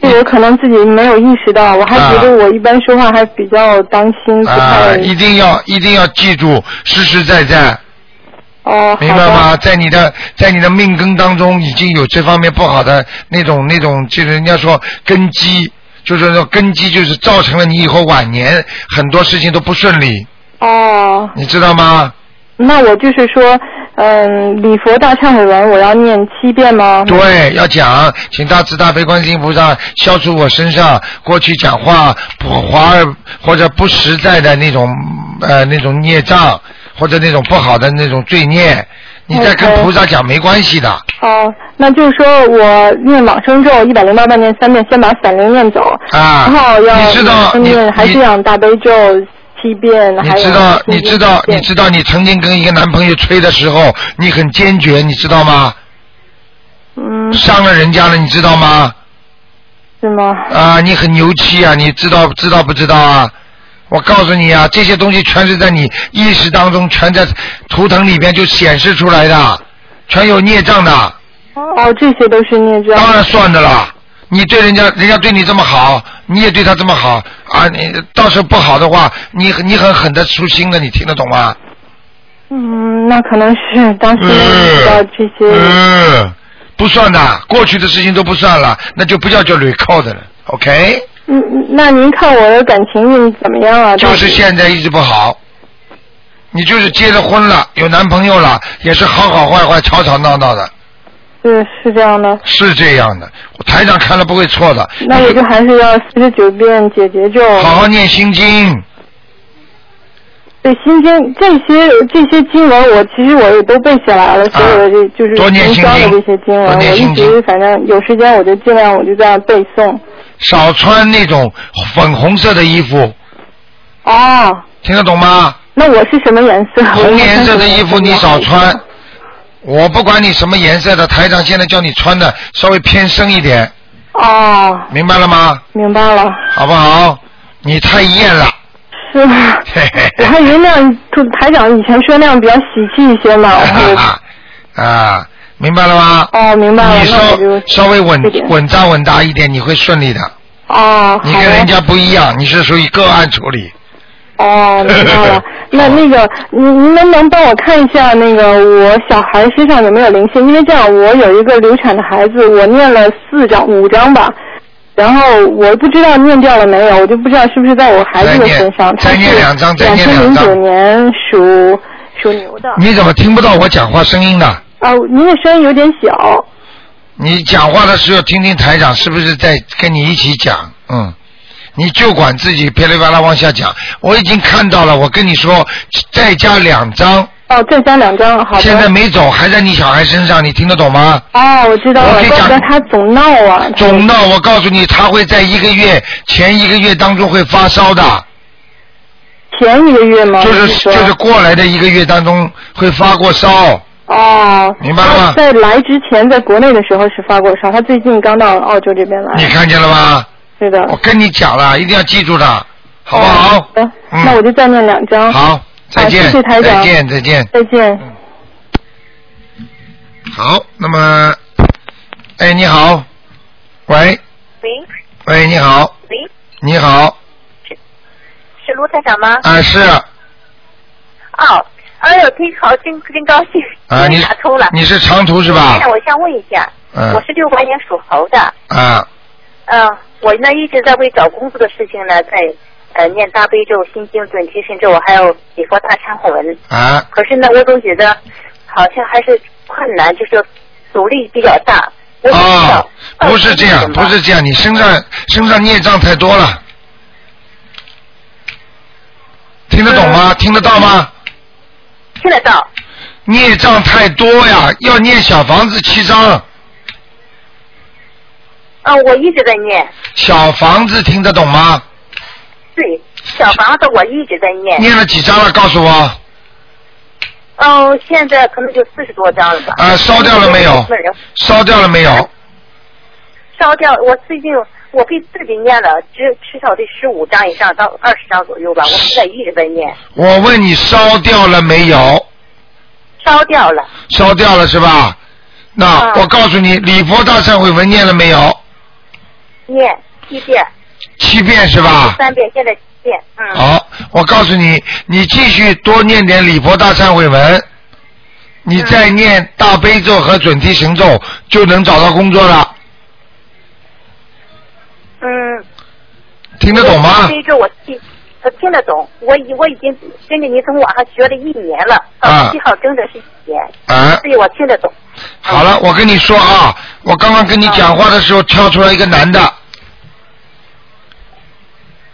Speaker 7: 这我可能自己没有意识到，我还觉得我一般说话还比较当心，不
Speaker 1: 啊、
Speaker 7: 太
Speaker 1: 一定要一定要记住，实实在在。
Speaker 7: 哦，
Speaker 1: 明白吗？在你的在你的命根当中已经有这方面不好的那种那种，就是人家说根基，就是说根基就是造成了你以后晚年很多事情都不顺利，
Speaker 7: 哦。
Speaker 1: 你知道吗？
Speaker 7: 那我就是说，嗯，礼佛大忏悔文我要念七遍吗？
Speaker 1: 对，要讲，请大慈大悲观世音菩萨消除我身上过去讲话不华而或者不实在的那种呃那种孽障，或者那种不好的那种罪孽。你在跟
Speaker 7: OK
Speaker 1: 菩萨讲没关系的，
Speaker 7: 哦，那就是说我念往生咒一百零八遍念三遍，先把散灵念走，
Speaker 1: 啊
Speaker 7: 然后要
Speaker 1: 你知道
Speaker 7: 往生
Speaker 1: 你
Speaker 7: 念还
Speaker 1: 你
Speaker 7: 是养大悲咒七遍，
Speaker 1: 你
Speaker 7: 还有
Speaker 1: 知道，
Speaker 7: 心
Speaker 1: 你
Speaker 7: 经
Speaker 1: 知道，
Speaker 7: 七
Speaker 1: 你
Speaker 7: 遍
Speaker 1: 知道，你曾经跟一个男朋友吹的时候，你很坚决，你知道吗？
Speaker 7: 嗯，
Speaker 1: 伤了人家了，你知道吗？
Speaker 7: 是吗？
Speaker 1: 啊，你很牛气啊，你知道知道不知道啊？我告诉你啊，这些东西全是在你意识当中，全在图腾里边就显示出来的，全有孽障的，
Speaker 7: 哦，这些都是念咒。
Speaker 1: 当然算的啦。你对人家，人家对你这么好，你也对他这么好啊！你到时候不好的话，你你很狠的出心的，你听得懂吗？
Speaker 7: 嗯，那可能是当时没有遇到这些。
Speaker 1: 嗯，不算的，过去的事情都不算了，那就不叫叫 record 了，OK？
Speaker 7: 嗯，嗯那您看我的感情运怎么样啊？
Speaker 1: 就是
Speaker 7: 现。
Speaker 1: 现在一直不好，你就是结了婚了，有男朋友了，也是好好坏坏、吵吵闹闹的，
Speaker 7: 是是这样的，
Speaker 1: 是这样的。台长看了不会错的，
Speaker 7: 那我就还是要四十九遍解结咒。
Speaker 1: 好好念心经，
Speaker 7: 对心经这些这些经文，我其实我也都背下来了，所有的这就是
Speaker 1: 啊多念
Speaker 7: 营
Speaker 1: 心
Speaker 7: 销
Speaker 1: 经
Speaker 7: 的这些经文，
Speaker 1: 多念
Speaker 7: 我
Speaker 1: 心经
Speaker 7: 一直反正有时间我就尽量我就这样背诵。
Speaker 1: 少穿那种粉红色的衣服，
Speaker 7: 哦，
Speaker 1: 听得懂吗？
Speaker 7: 那我是什么颜色？
Speaker 1: 红颜色的衣服你少
Speaker 7: 我
Speaker 1: 穿。我不管你什么颜色的，台长现在叫你穿的稍微偏深一点，
Speaker 7: 看看。哦，
Speaker 1: 明白了吗？
Speaker 7: 明白了，
Speaker 1: 好不好？你太艳了，
Speaker 7: 是吗？
Speaker 1: 嘿嘿
Speaker 7: 我还以为那样，就台长以前说那样比较喜气一些嘛。
Speaker 1: 哈
Speaker 7: 我
Speaker 1: 哈啊，明白了吗？
Speaker 7: 哦，明白了，
Speaker 1: 你
Speaker 7: 那我就
Speaker 1: 稍稍微稳
Speaker 7: 这点
Speaker 1: 稳扎稳打一点，你会顺利的。
Speaker 7: 哦，
Speaker 1: 你
Speaker 7: 好
Speaker 1: 跟
Speaker 7: 嘞
Speaker 1: 人家不一样，你是属于个案处理。
Speaker 7: 哦，明白 了。那那个，您您能不能帮我看一下那个我小孩身上有没有灵性？因为这样，我有一个流产的孩子，我念了四张五张吧，然后我不知道念掉了没有，我就不知道是不是在我孩子的身上。
Speaker 1: 再念再念两张再
Speaker 7: 两
Speaker 1: 念
Speaker 7: 千
Speaker 1: 两
Speaker 7: 零
Speaker 1: 张
Speaker 7: 九年属属牛的。
Speaker 1: 你怎么听不到我讲话声音呢？
Speaker 7: 啊，您的声音有点小。
Speaker 1: 你讲话的时候听听台长是不是在跟你一起讲？嗯，你就管自己噼里啪啦往下讲。我已经看到了，我跟你说，再加两张，
Speaker 7: 哦，再加两张，好的。
Speaker 1: 现在没走，还在你小孩身上，你听得懂吗？
Speaker 7: 哦，我知道
Speaker 1: 我
Speaker 7: 了
Speaker 1: 可以，
Speaker 7: 怪不得
Speaker 1: 讲
Speaker 7: 他总闹啊。
Speaker 1: 总闹，我告诉你，他会在一个月前一个月当中会发烧
Speaker 7: 啊
Speaker 1: 的，
Speaker 7: 前一个月吗？
Speaker 1: 就是
Speaker 7: 说
Speaker 1: 就是过来的一个月当中会发过烧，
Speaker 7: 哦，
Speaker 1: 明白了吗
Speaker 7: 他在来之前，在国内的时候是发过烧，他最近刚到澳洲这边来。
Speaker 1: 你看见了吗？
Speaker 7: 是的。哦
Speaker 1: 我跟你讲了，一定要记住的，好不好？嗯
Speaker 7: 的，那我就再念两张。
Speaker 1: 好，再见，
Speaker 7: 好啊谢谢台长
Speaker 1: 再见，再见。
Speaker 7: 再见。
Speaker 1: 好，那么，哎，你好，喂，
Speaker 14: 喂
Speaker 1: 喂，你好，
Speaker 14: 喂，
Speaker 1: 你好，
Speaker 14: 是卢台长吗？
Speaker 1: 啊，是
Speaker 14: 哦，哎呦，真好，真真高兴，
Speaker 1: 啊，你
Speaker 14: 打通了。
Speaker 1: 你是长途是吧
Speaker 14: 台？长我想问一下，
Speaker 1: 嗯
Speaker 14: 我是六八年属猴的，
Speaker 1: 啊，
Speaker 14: 嗯、我呢一直在为找工作的事情呢，在呃念大悲咒、心经、准提神咒，还有礼佛大忏悔文。
Speaker 1: 啊，
Speaker 14: 可是呢，我总觉得好像还是困难，就是阻力比较大。我不知道
Speaker 1: 哦，不是这样，不是这样，你身上身上孽障太多了，听得懂
Speaker 14: 嗯
Speaker 1: 吗？听得到吗？
Speaker 14: 听得到。
Speaker 1: 孽障太多呀，要念小房子七张。
Speaker 4: 嗯，我一直在念，
Speaker 1: 小房子听得懂吗？
Speaker 4: 对，小房子我一直在念。
Speaker 1: 念了几张了？告诉我。啊
Speaker 4: 嗯，现在可能就四十多张了吧。
Speaker 1: 啊烧掉了没有
Speaker 4: 没有
Speaker 1: 烧掉了没有？
Speaker 4: 烧掉，我最近我给自己念了，至至少得十五张以上到二十张左右吧。我现在一直在念，
Speaker 1: 我问你烧掉了没有？
Speaker 4: 烧掉了，
Speaker 1: 烧掉了是吧？那、
Speaker 14: 啊
Speaker 1: 我告诉你，礼佛大忏悔文念了没有？
Speaker 4: 念七遍，
Speaker 1: 七遍是吧？
Speaker 4: 三遍，现在七遍，嗯，
Speaker 1: 好，我告诉你，你继续多念点礼佛大忏悔文，你再念大悲咒和准提神咒，就能找到工作了。
Speaker 4: 嗯，
Speaker 1: 听得懂吗？
Speaker 4: 这一周我听，我听得懂。我已我已经跟着您从网上学了一年了，
Speaker 1: 啊
Speaker 4: 七号整整是一年，
Speaker 1: 啊
Speaker 4: 所以我听得懂。
Speaker 1: 好了，我跟你说啊，我刚刚跟你讲话的时候跳出来一个男的。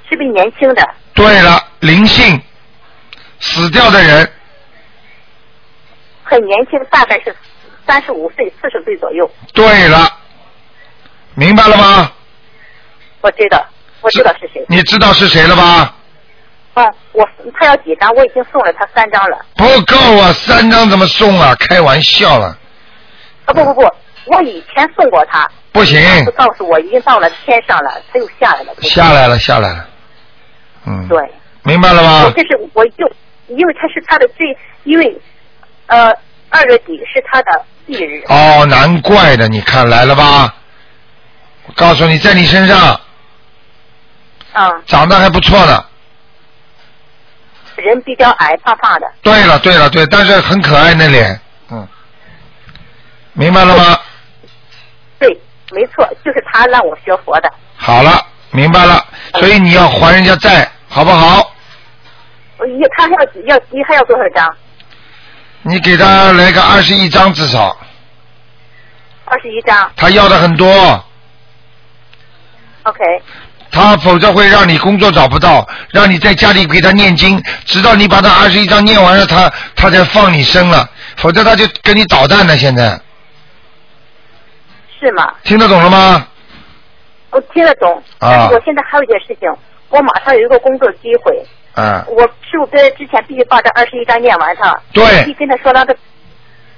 Speaker 4: 是不是年轻的？
Speaker 1: 对了，灵性，死掉的人，
Speaker 4: 很年轻，大概是三十五岁、四十岁左右。
Speaker 1: 对了，明白了吗？
Speaker 4: 我知道，我知道是谁。
Speaker 1: 你知道是谁了吧？
Speaker 4: 啊，我他要几张？我已经送了他三张了。
Speaker 1: 不够啊，三张怎么送啊？开玩笑了，
Speaker 4: 啊，不不不，我以前送过他。
Speaker 1: 不行，
Speaker 4: 他不告诉我已经到了天上了，他又下来了。
Speaker 1: 下来了，下来了，嗯，
Speaker 4: 对，
Speaker 1: 明白了
Speaker 4: 我
Speaker 1: 吗？
Speaker 4: 这是我又因为他是他的最，因为呃二月底是他的忌日。
Speaker 1: 哦，难怪的，你看来了吧？我告诉你，在你身上
Speaker 4: 啊，
Speaker 1: 长得还不错呢。
Speaker 4: 人比较矮，胖胖的。
Speaker 1: 对了，对了，对，但是很可爱那脸，嗯，明白了吗？
Speaker 4: 对，没错，就是他让我学佛的。
Speaker 1: 好了，明白了，所以你要还人家债，好不好？
Speaker 4: 我一他还要要一还要多少张？
Speaker 1: 你给他来个二十一张至少，
Speaker 4: 二十一张。
Speaker 1: 他要的很多，
Speaker 4: OK，
Speaker 1: 他否则会让你工作找不到，让你在家里给他念经，直到你把他二十一张念完了，他他才放你生了，否则他就跟你捣蛋了。现在
Speaker 4: 是吗？
Speaker 1: 听得懂了吗？
Speaker 4: 我听得懂，
Speaker 1: 啊
Speaker 4: 但是我现在还有一件事情，我马上有一个工作机会，
Speaker 1: 啊，
Speaker 4: 我师傅跟之前必须把这二十一章念完他，
Speaker 1: 对
Speaker 4: 我必须跟他说让他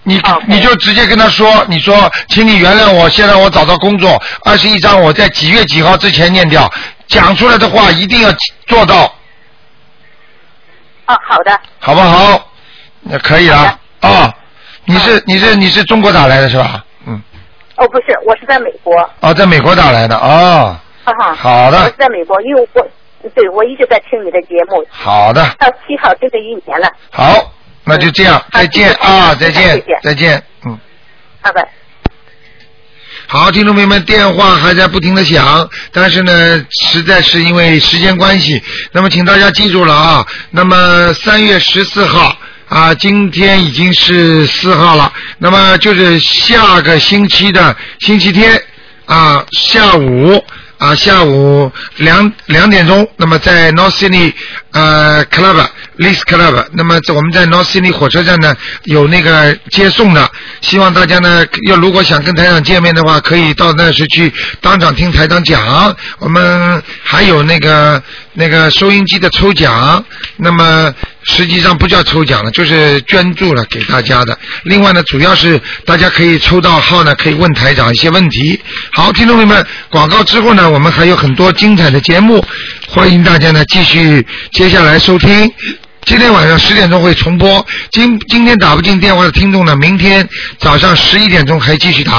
Speaker 1: 你你就直接跟他说，你说，请你原谅我，现在我找到工作，二十一张我在几月几号之前念掉，讲出来的话一定要做到，
Speaker 4: 啊，好的，
Speaker 1: 好不好？那可以了啊。你是你是你是中国打来的是吧？嗯，
Speaker 4: 哦，不是，我是在美国，
Speaker 1: 哦，在美国打来的哦，
Speaker 4: 哈哈，
Speaker 1: 好的
Speaker 4: 我是在美国，因为我对我一直在听你的节目，
Speaker 1: 好的，
Speaker 4: 到七号整整一年了，
Speaker 1: 好，那就这样，再见啊，再
Speaker 4: 嗯谢
Speaker 1: 见
Speaker 4: 谢，
Speaker 1: 再见，嗯。
Speaker 4: 拜拜。
Speaker 1: 好，听众朋友们，电话还在不停的响，但是呢，实在是因为时间关系，那么请大家记住了啊。那么三月十四号啊，今天已经是四号了，那么就是下个星期的星期天啊，下午啊，下午两两点钟，那么在 North Sydney 呃 Club Lis Club，那么在我们在 North Sydney 火车站呢有那个接送的，希望大家呢要如果想跟台长见面的话，可以到那时去当场听台长讲。我们还有那个那个收音机的抽奖，那么实际上不叫抽奖了，就是捐助了给大家的。另外呢，主要是大家可以抽到号呢，可以问台长一些问题。好，听众朋友们，广告之后呢，我们还有很多精彩的节目，欢迎大家呢继续接下来收听。今天晚上十点钟会重播。今今天打不进电话的听众呢，明天早上十一点钟还继续打。